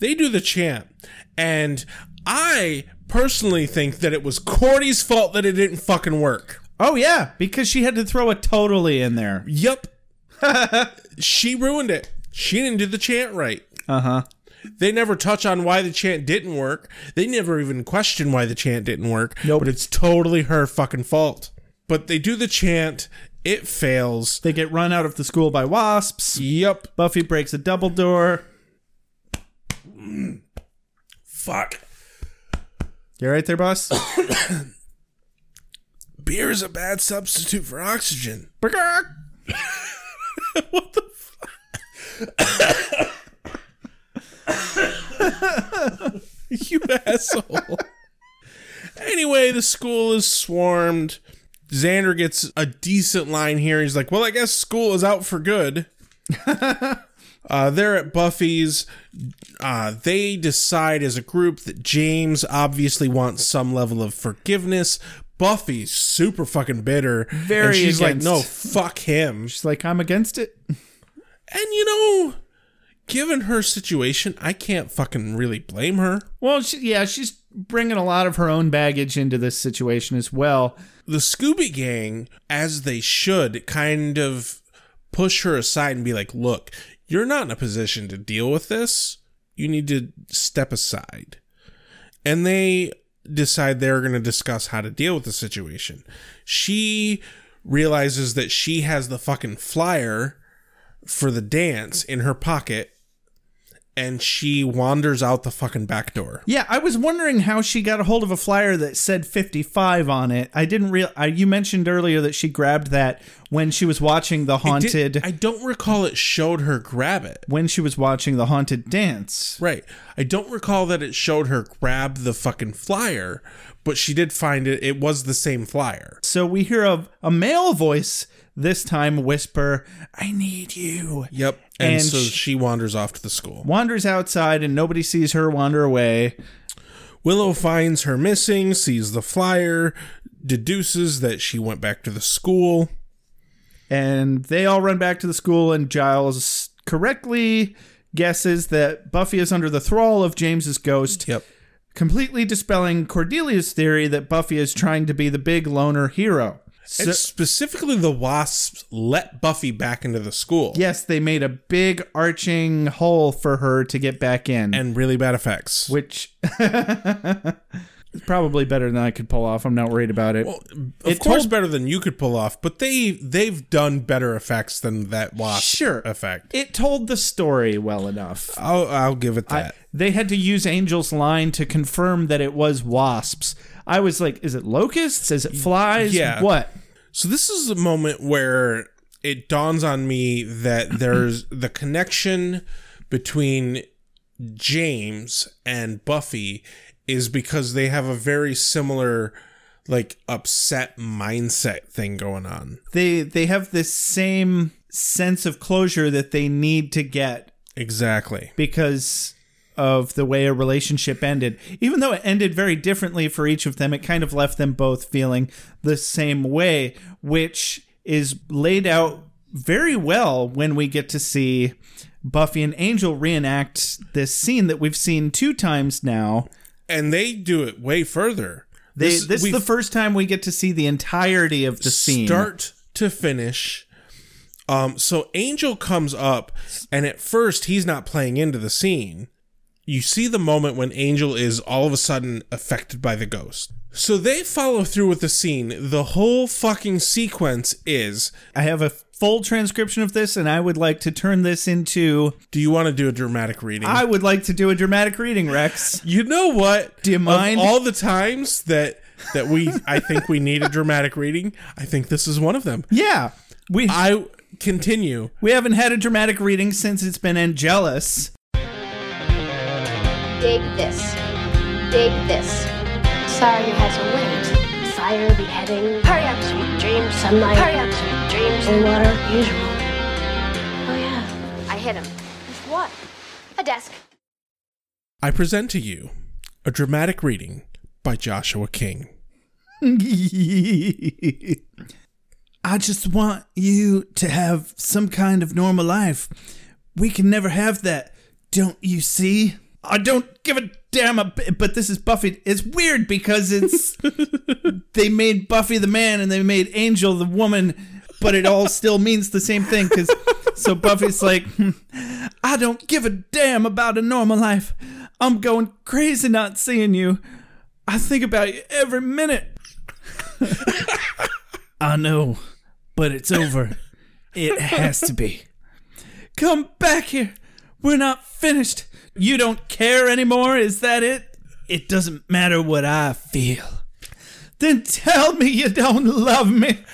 B: they do the chant. And I personally think that it was Cordy's fault that it didn't fucking work.
A: Oh yeah, because she had to throw a totally in there.
B: Yep. she ruined it. She didn't do the chant right.
A: Uh huh.
B: They never touch on why the chant didn't work. They never even question why the chant didn't work.
A: Nope.
B: But it's totally her fucking fault. But they do the chant. It fails.
A: They get run out of the school by wasps.
B: Yep.
A: Buffy breaks a double door.
B: Fuck.
A: You all right there, boss?
B: Beer is a bad substitute for oxygen. you asshole. anyway, the school is swarmed. Xander gets a decent line here. He's like, "Well, I guess school is out for good." uh, they're at Buffy's. Uh, they decide as a group that James obviously wants some level of forgiveness. Buffy's super fucking bitter.
A: Very
B: And she's like,
A: against-
B: "No, fuck him."
A: She's like, I'm against it.
B: And you know, given her situation, I can't fucking really blame her.
A: Well, she, yeah, she's bringing a lot of her own baggage into this situation as well.
B: the Scooby Gang, as they should, kind of push her aside and be like, look, you're not in a position to deal with this. You need to step aside. And they decide they're going to discuss how to deal with the situation. She realizes that she has the fucking flyer for the dance in her pocket and she wanders out the fucking back door.
A: Yeah, I was wondering how she got a hold of a flyer that said 55 on it. I didn't real. I, you mentioned earlier that she grabbed that when she was watching the
B: It did-
A: haunted.
B: I don't recall it showed her grab it.
A: when she was watching the haunted dance.
B: Right. I don't recall that it showed her grab the fucking flyer, but she did find it. It was the same flyer.
A: So we hear a, a male voice this time whisper, "I need you."
B: Yep. And,
A: And
B: so
A: sh-
B: she wanders off to the school.
A: Wanders outside and nobody sees her wander away.
B: Willow finds her missing, sees the flyer, deduces that she went back to the school.
A: and they all run back to the school and giles correctly guesses that buffy is under the thrall of james's ghost
B: Yep.
A: completely dispelling cordelia's theory that buffy is trying to be the big loner hero so,
B: and specifically, the wasps let Buffy back into the school.
A: yes they made a big arching hole for her to get back in
B: And really bad effects.
A: which is probably better than i could pull off i'm not worried about it
B: Well, of
A: It
B: course,
A: told-
B: better than you could pull off, but they they've done better effects than that wasp
A: sure
B: effect.
A: it told the story well enough
B: I'll I'll give it
A: I,
B: that.
A: they had to use Angel's line to confirm that it was wasps. I was like, is it locusts? Is it flies?
B: Yeah.
A: What?
B: So this is a moment where it dawns on me that there's the connection between James and Buffy is because they have a very similar like upset mindset thing going on.
A: They they have this same sense of closure that they need to get
B: Exactly.
A: because of the way a relationship ended. Even though it ended very differently for each of them, it kind of left them both feeling the same way, which is laid out very well when we get to see Buffy and Angel reenact this scene that we've seen two times now.
B: And they do it way further.
A: They, this is
B: we
A: the first time we get to see the entirety of the scene.
B: start to finish. Um, so Angel comes up, and at first he's not playing into the scene. You see the moment when Angel is all of a sudden affected by the ghost. So they follow through with the scene. The whole fucking sequence is
A: I have a full transcription of this, and I would like to turn this into.
B: Do you want to do a dramatic reading?
A: I would like to do a dramatic reading, Rex.
B: you know what?
A: Do you
B: Of
A: mind?
B: all the times that that we, I think we need a dramatic reading. I think this is one of them.
A: Yeah, we
B: I continue.
A: we haven't had a dramatic reading since it's been Angelus.
H: Dig this. Dig this. Sorry you had to wait. Fire, beheading,
G: Hurry up, sweet dreams.
H: sunlight,
G: Hurry up, sweet dreams.
H: cold water, usual.
G: Oh, yeah.
H: I hit him.
G: With what?
H: A desk.
B: I present to you a dramatic reading by Joshua King.
A: I just want you to have some kind of normal life. We can never have that, don't you see? I don't give a damn, ab- but this is Buffy. It's weird because it's. they made Buffy the man and they made Angel the woman, but it all still means the same thing because. So Buffy's like, "Hmm, I don't give a damn about a normal life. I'm going crazy not seeing you. I think about you every minute. I know, but it's over. It has to be. Come back here. We're not finished. You don't care anymore, is that it? It doesn't matter what I feel. Then tell me you don't love me.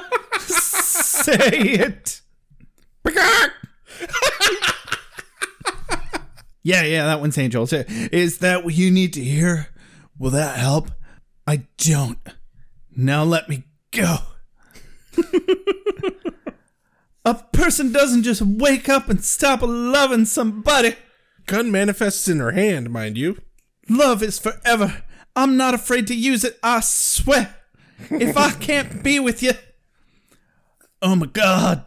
A: Say it. Yeah, yeah, that one's Angel. So, Is that what you need to hear? Will that help? I don't. Now let me go. a person doesn't just wake up and stop loving somebody.
B: Gun manifests in her hand, mind you.
A: Love is forever. I'm not afraid to use it, I swear. If I can't be with you. Oh my god.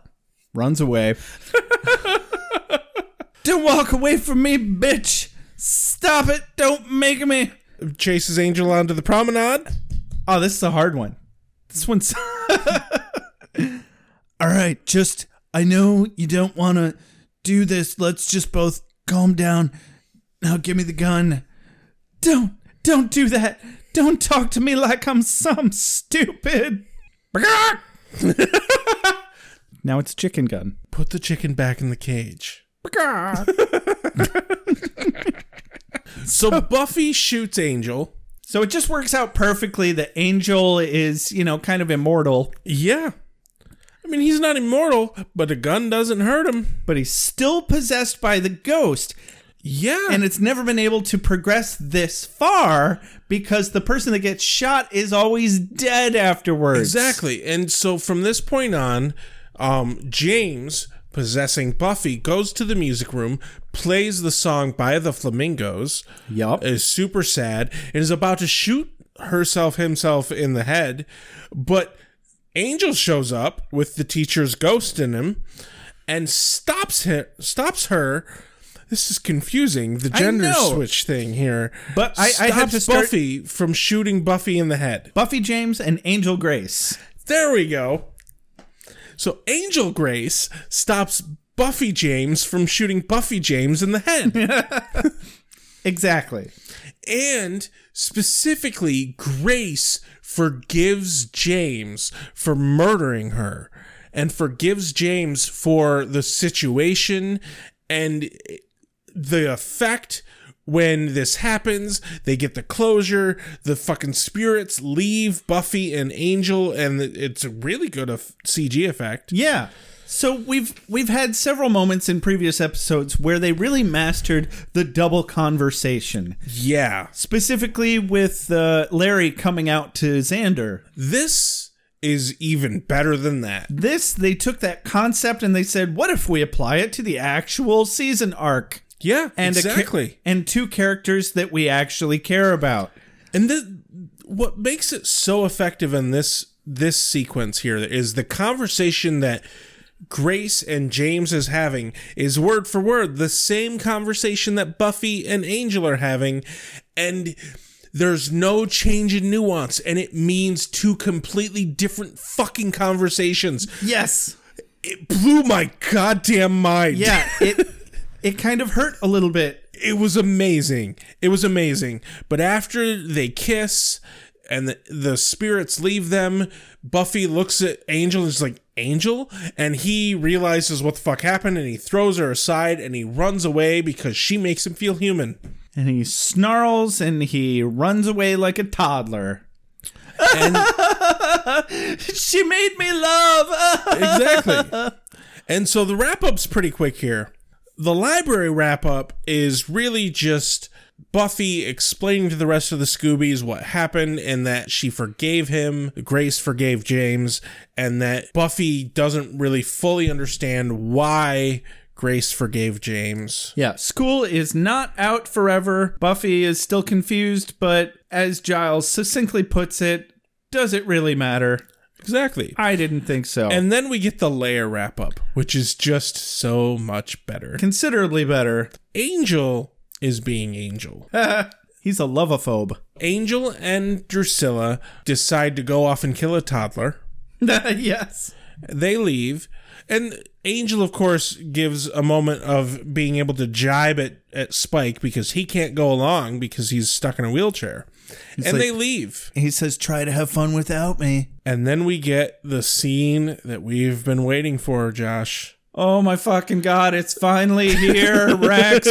A: Runs away. Don't walk away from me, bitch. Stop it. Don't make me.
B: Chases Angel onto the promenade.
A: Oh, this is a hard one. This one's. All right, just. I know you don't want to do this. Let's just both calm down. Now give me the gun. Don't. Don't do that. Don't talk to me like I'm some stupid. Now it's chicken gun.
B: Put the chicken back in the cage. so Buffy shoots Angel.
A: So it just works out perfectly that Angel is, you know, kind of immortal,
B: Yeah. I mean, he's not immortal, but a gun doesn't hurt him.
A: but he's still possessed by the ghost.
B: Yeah.
A: and it's never been able to progress this far because the person that gets shot is always dead afterwards.
B: Exactly. And so from this point on, um, James, possessing Buffy, goes to the music room, plays the song by the Flamingos,
A: Yup.
B: is super sad, and is about to shoot herself, himself in the head. But Angel shows up with the teacher's ghost in him and stops him, stops her. This is confusing, the
A: I
B: gender
A: know.
B: switch thing here.
A: But I- I had
B: Stops
A: to start-
B: Buffy from shooting Buffy in the head.
A: Buffy James and Angel Grace.
B: There we go. So Angel Grace stops Buffy James from shooting Buffy James in the head.
A: Exactly.
B: and specifically, Grace forgives James for murdering her and forgives James for the situation and the effect when this happens they get the closure the fucking spirits leave buffy and angel and it's a really good of cg effect
A: Yeah. So we've we've had several moments in previous episodes where they really mastered the double conversation,
B: yeah
A: specifically with uh, Larry coming out to Xander.
B: this is even better than that
A: This they took that concept and they said, "What if we apply it to the actual season arc?"
B: yeah
A: and a cha-
B: exactly
A: and two characters that we actually care about.
B: And the, what makes it so effective in this this sequence here is the conversation that Grace and James is having is word for word the same conversation that Buffy and Angel are having, and there's no change in nuance, and it means two completely different fucking conversations.
A: Yes.
B: It blew my goddamn mind.
A: Yeah, it it kind of hurt a little bit.
B: it was amazing. It was amazing. But after they kiss and the, the spirits leave them, Buffy looks at Angel and is like, Angel, and he realizes what the fuck happened and he throws her aside and he runs away because she makes him feel human.
A: And he snarls and he runs away like a toddler.
B: And
A: She made me love.
B: exactly. And so the wrap up's pretty quick here. The library wrap up is really just Buffy explaining to the rest of the Scoobies what happened and that she forgave him, Grace forgave James, and that Buffy doesn't really fully understand why Grace forgave James.
A: yeah, school is not out forever. Buffy is still confused, but as Giles succinctly puts it, does it really matter?
B: Exactly.
A: I didn't think so.
B: And then we get the layer wrap up, which is just so much better.
A: considerably better.
B: Angel is being Angel.
A: He's a lovophobe.
B: Angel and Drusilla decide to go off and kill a toddler.
A: yes.
B: They leave. And Angel, of course, gives a moment of being able to jibe at, at Spike because he can't go along because he's stuck in a wheelchair. and
A: like-
B: they leave.
A: He says, try to have fun without me.
B: And then we get the scene that we've been waiting for, Josh.
A: Oh my fucking god, it's finally here, Rex.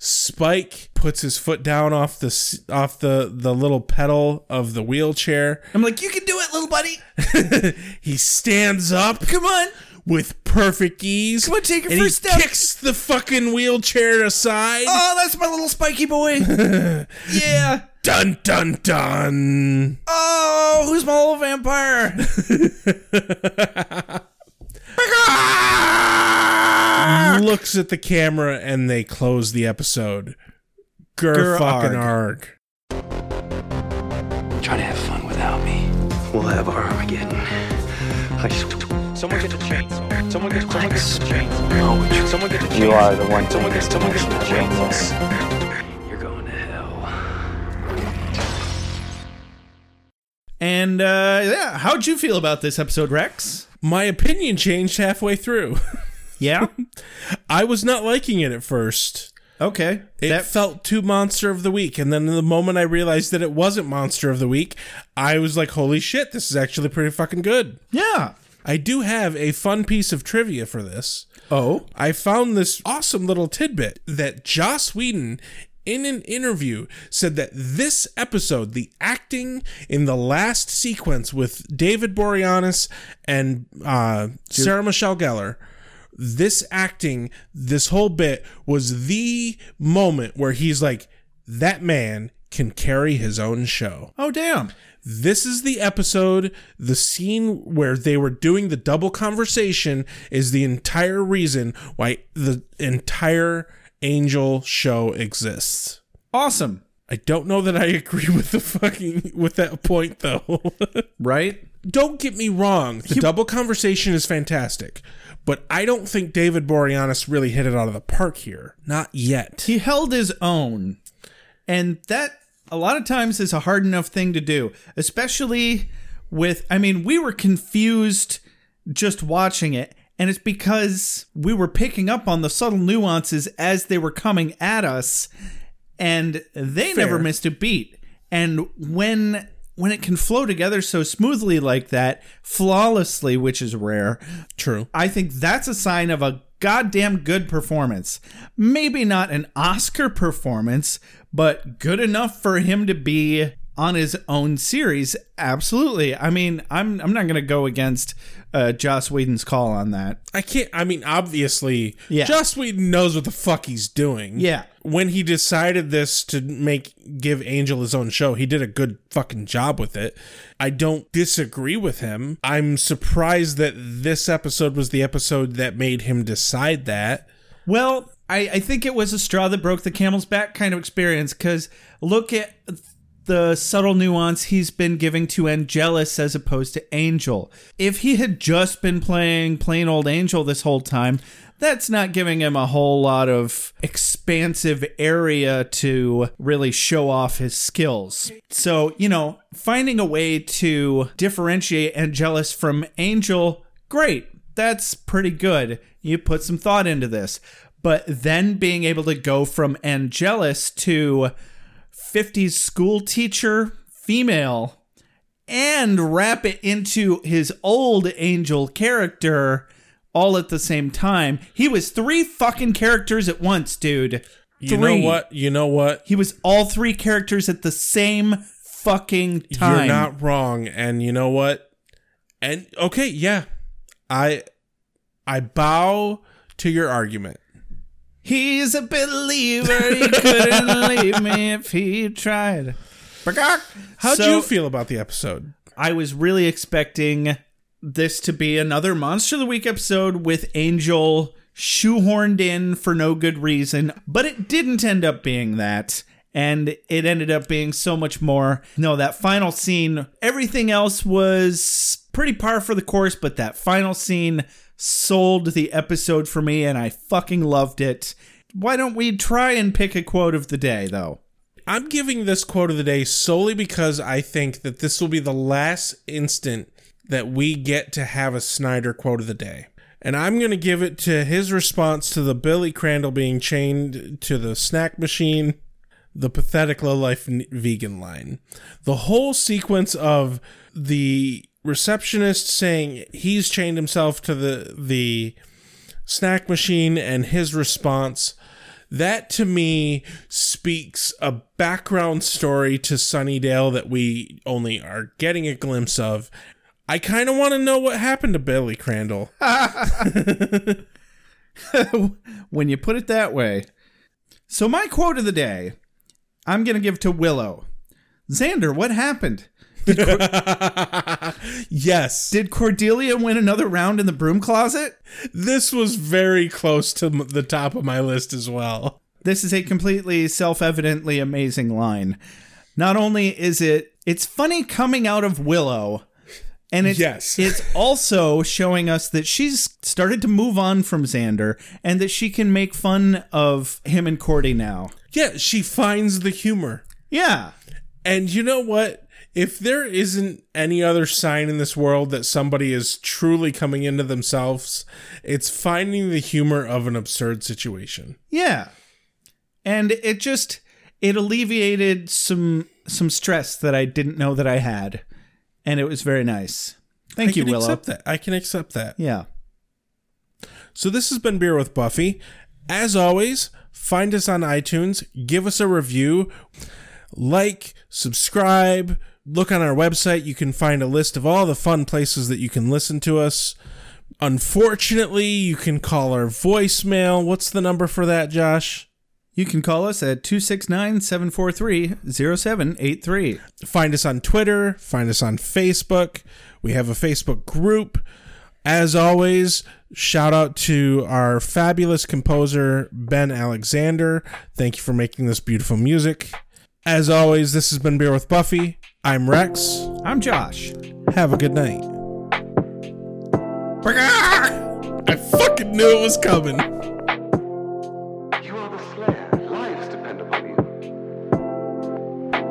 B: Spike puts his foot down off the s- off the, the little pedal of the wheelchair.
A: I'm like, you can do it, little buddy.
B: he stands up. Come on. With perfect ease. Come
A: on, take your
B: and
A: first
B: he
A: step.
B: kicks the fucking wheelchair aside.
A: Oh, that's my little spiky boy. yeah.
B: Dun dun dun.
A: Oh, who's my little vampire?
B: Looks at the camera and they close the episode. Ger
A: Ger
B: fucking
A: arg.
B: arg.
C: Try to have fun without me. We'll have our Armageddon. I just
D: Someone get a chainsaw. Someone get, someone get a chainsaw.
C: know what you're
D: Someone get a chainsaw.
J: You are the one to
D: Someone
J: make
D: get,
J: us
D: someone get a
J: emotional
D: chainsaw.
J: brainless.
C: You're going to hell.
A: and uh, yeah, how'd you feel about this episode, Rex?
B: My opinion changed halfway through.
A: Yeah.
B: I was not liking it at first.
A: okay.
B: It
A: That-
B: felt too monster of the week, and then the moment I realized that it wasn't monster of the week, I was like, "Holy shit, this is actually pretty fucking good."
A: yeah.
B: I do have a fun piece of trivia for this.
A: Oh.
B: I found this awesome little tidbit that Joss Whedon, in an interview, said that this episode, the acting in the last sequence with David Boreanaz and uh, Sarah Michelle Gellar, this acting, this whole bit was the moment where he's like, that man can carry his own show
A: Oh, damn.
B: this is the episode the scene where they were doing the double conversation is the entire reason why the entire angel show exists
A: Awesome.
B: i don't know that i agree with the fucking with that point though
A: Right?
B: don't get me wrong the double conversation is fantastic but i don't think david boreanaz really hit it out of the park here not yet
A: he held his own and that a lot of times is a hard enough thing to do especially with i mean we were confused just watching it and it's because we were picking up on the subtle nuances as they were coming at us and they never missed a beat and when when it can flow together so smoothly like that flawlessly which is rare
B: true
A: I think that's a sign of a goddamn good performance. Maybe not an Oscar performance, but good enough for him to be on his own series. Absolutely. I mean, I'm I'm not gonna go against uh, Joss Whedon's call on that.
B: I can't. I mean, obviously,
A: Yeah.
B: Joss Whedon knows what the fuck he's doing.
A: Yeah.
B: When he decided this to make give Angel his own show, he did a good fucking job with it. I don't disagree with him. I'm surprised that this episode was the episode that made him decide that.
A: Well, I, I think it was a straw that broke the camel's back kind of experience because look at the subtle nuance he's been giving to Angelus as opposed to Angel. If he had just been playing plain old Angel this whole time, that's not giving him a whole lot of expansive area to really show off his skills. So, you know, finding a way to differentiate Angelus from Angel, great. That's pretty good. You put some thought into this. But then being able to go from Angelus to 50s school teacher female and wrap it into his old angel character all at the same time. He was three fucking characters at once, dude.
B: You
A: Three.
B: know what? You know what?
A: He was all three characters at the same fucking time.
B: You're not wrong. And you know what? And okay, yeah. I I bow to your argument.
A: He's a believer. He couldn't leave me if he tried.
B: How'd
A: So-
B: you feel about the episode?
A: I was really expecting this to be another Monster of the Week episode with Angel shoehorned in for no good reason, but it didn't end up being that. And it ended up being so much more. No, that final scene, everything else was pretty par for the course, but that final scene sold the episode for me, and I fucking loved it. Why don't we try and pick a quote of the day, though?
B: I'm giving this quote of the day solely because I think that this will be the last instant that we get to have a Snyder quote of the day. And I'm going to give it to his response to the Billy Crandall being chained to the snack machine, the pathetic low life n- vegan line. The whole sequence of the receptionist saying he's chained himself to the the snack machine and his response that to me speaks a background story to Sunnydale that we only are getting a glimpse of. I kind of want to know what happened to Billy Crandall.
A: when you put it that way. So my quote of the day, I'm gonna give to Willow. Xander, what happened?
B: yes,
A: Did Cordelia win another round in the broom closet?
B: this was very close to m- the top of my list as well.
A: This is a completely self-evidently amazing line. Not only is it it's funny coming out of Willow, and it's
B: Yes.
A: it's also showing us that she's started to move on from Xander and that she can make fun of him and Cordy now.
B: Yeah, she finds the humor.
A: Yeah.
B: And you know what? If there isn't any other sign in this world that somebody is truly coming into themselves, it's finding the humor of an absurd situation.
A: Yeah. And it just it alleviated some some stress that I didn't know that I had. And it was very nice. Thank
B: I
A: you,
B: can
A: Willow.
B: accept that. I can accept that.
A: Yeah.
B: So this has been Beer with Buffy. As always, find us on iTunes, give us a review, like, subscribe, look on our website. You can find a list of all the fun places that you can listen to us. Unfortunately, you can call our voicemail. What's the number for that, Josh?
A: You can call us at 269-743-0783.
B: find us on Twitter, find us on Facebook. We have a Facebook group. As always, shout out to our fabulous composer, Ben Alexander. Thank you for making this beautiful music. As always, this has been Beer with Buffy. I'm Rex.
A: I'm Josh.
B: Have a good night. I fucking knew it was coming.
J: You are the slayer. Lives depend upon you.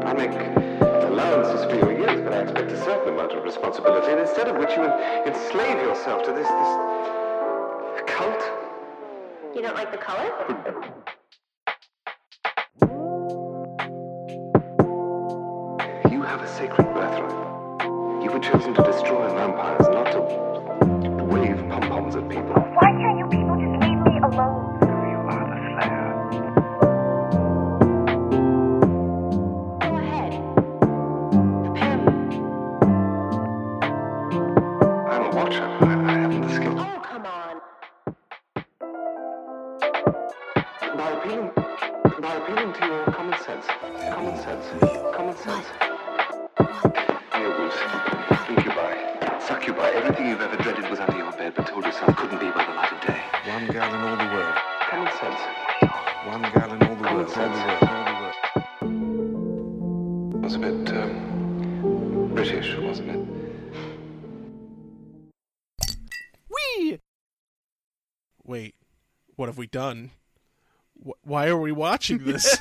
J: I make allowances for your years, but I expect a certain amount of responsibility, and instead of which you en- enslave yourself to this this cult.
H: You don't like the color?
J: You have a sacred birthright. You were chosen to destroy vampires, not to wave pom poms at people.
I: Why can't you people just leave me alone?
J: You are the slayer.
H: Go ahead. Pam.
J: I'm a watcher. I, I haven't the skill.
H: Oh, come on.
J: By appealing, by appealing to your common sense, common sense, common sense. Earwolves, incubi, succubi, everything you've ever dreaded was under your bed, but told yourself couldn't be by the light of day.
D: One girl in all the world.
J: Common sense,
D: One girl in all the
J: common
D: world. All the
J: sense.
D: world. All the world.
J: It was a bit um, British, wasn't it?
B: Wait, what have we done? Wh- Why are we watching this?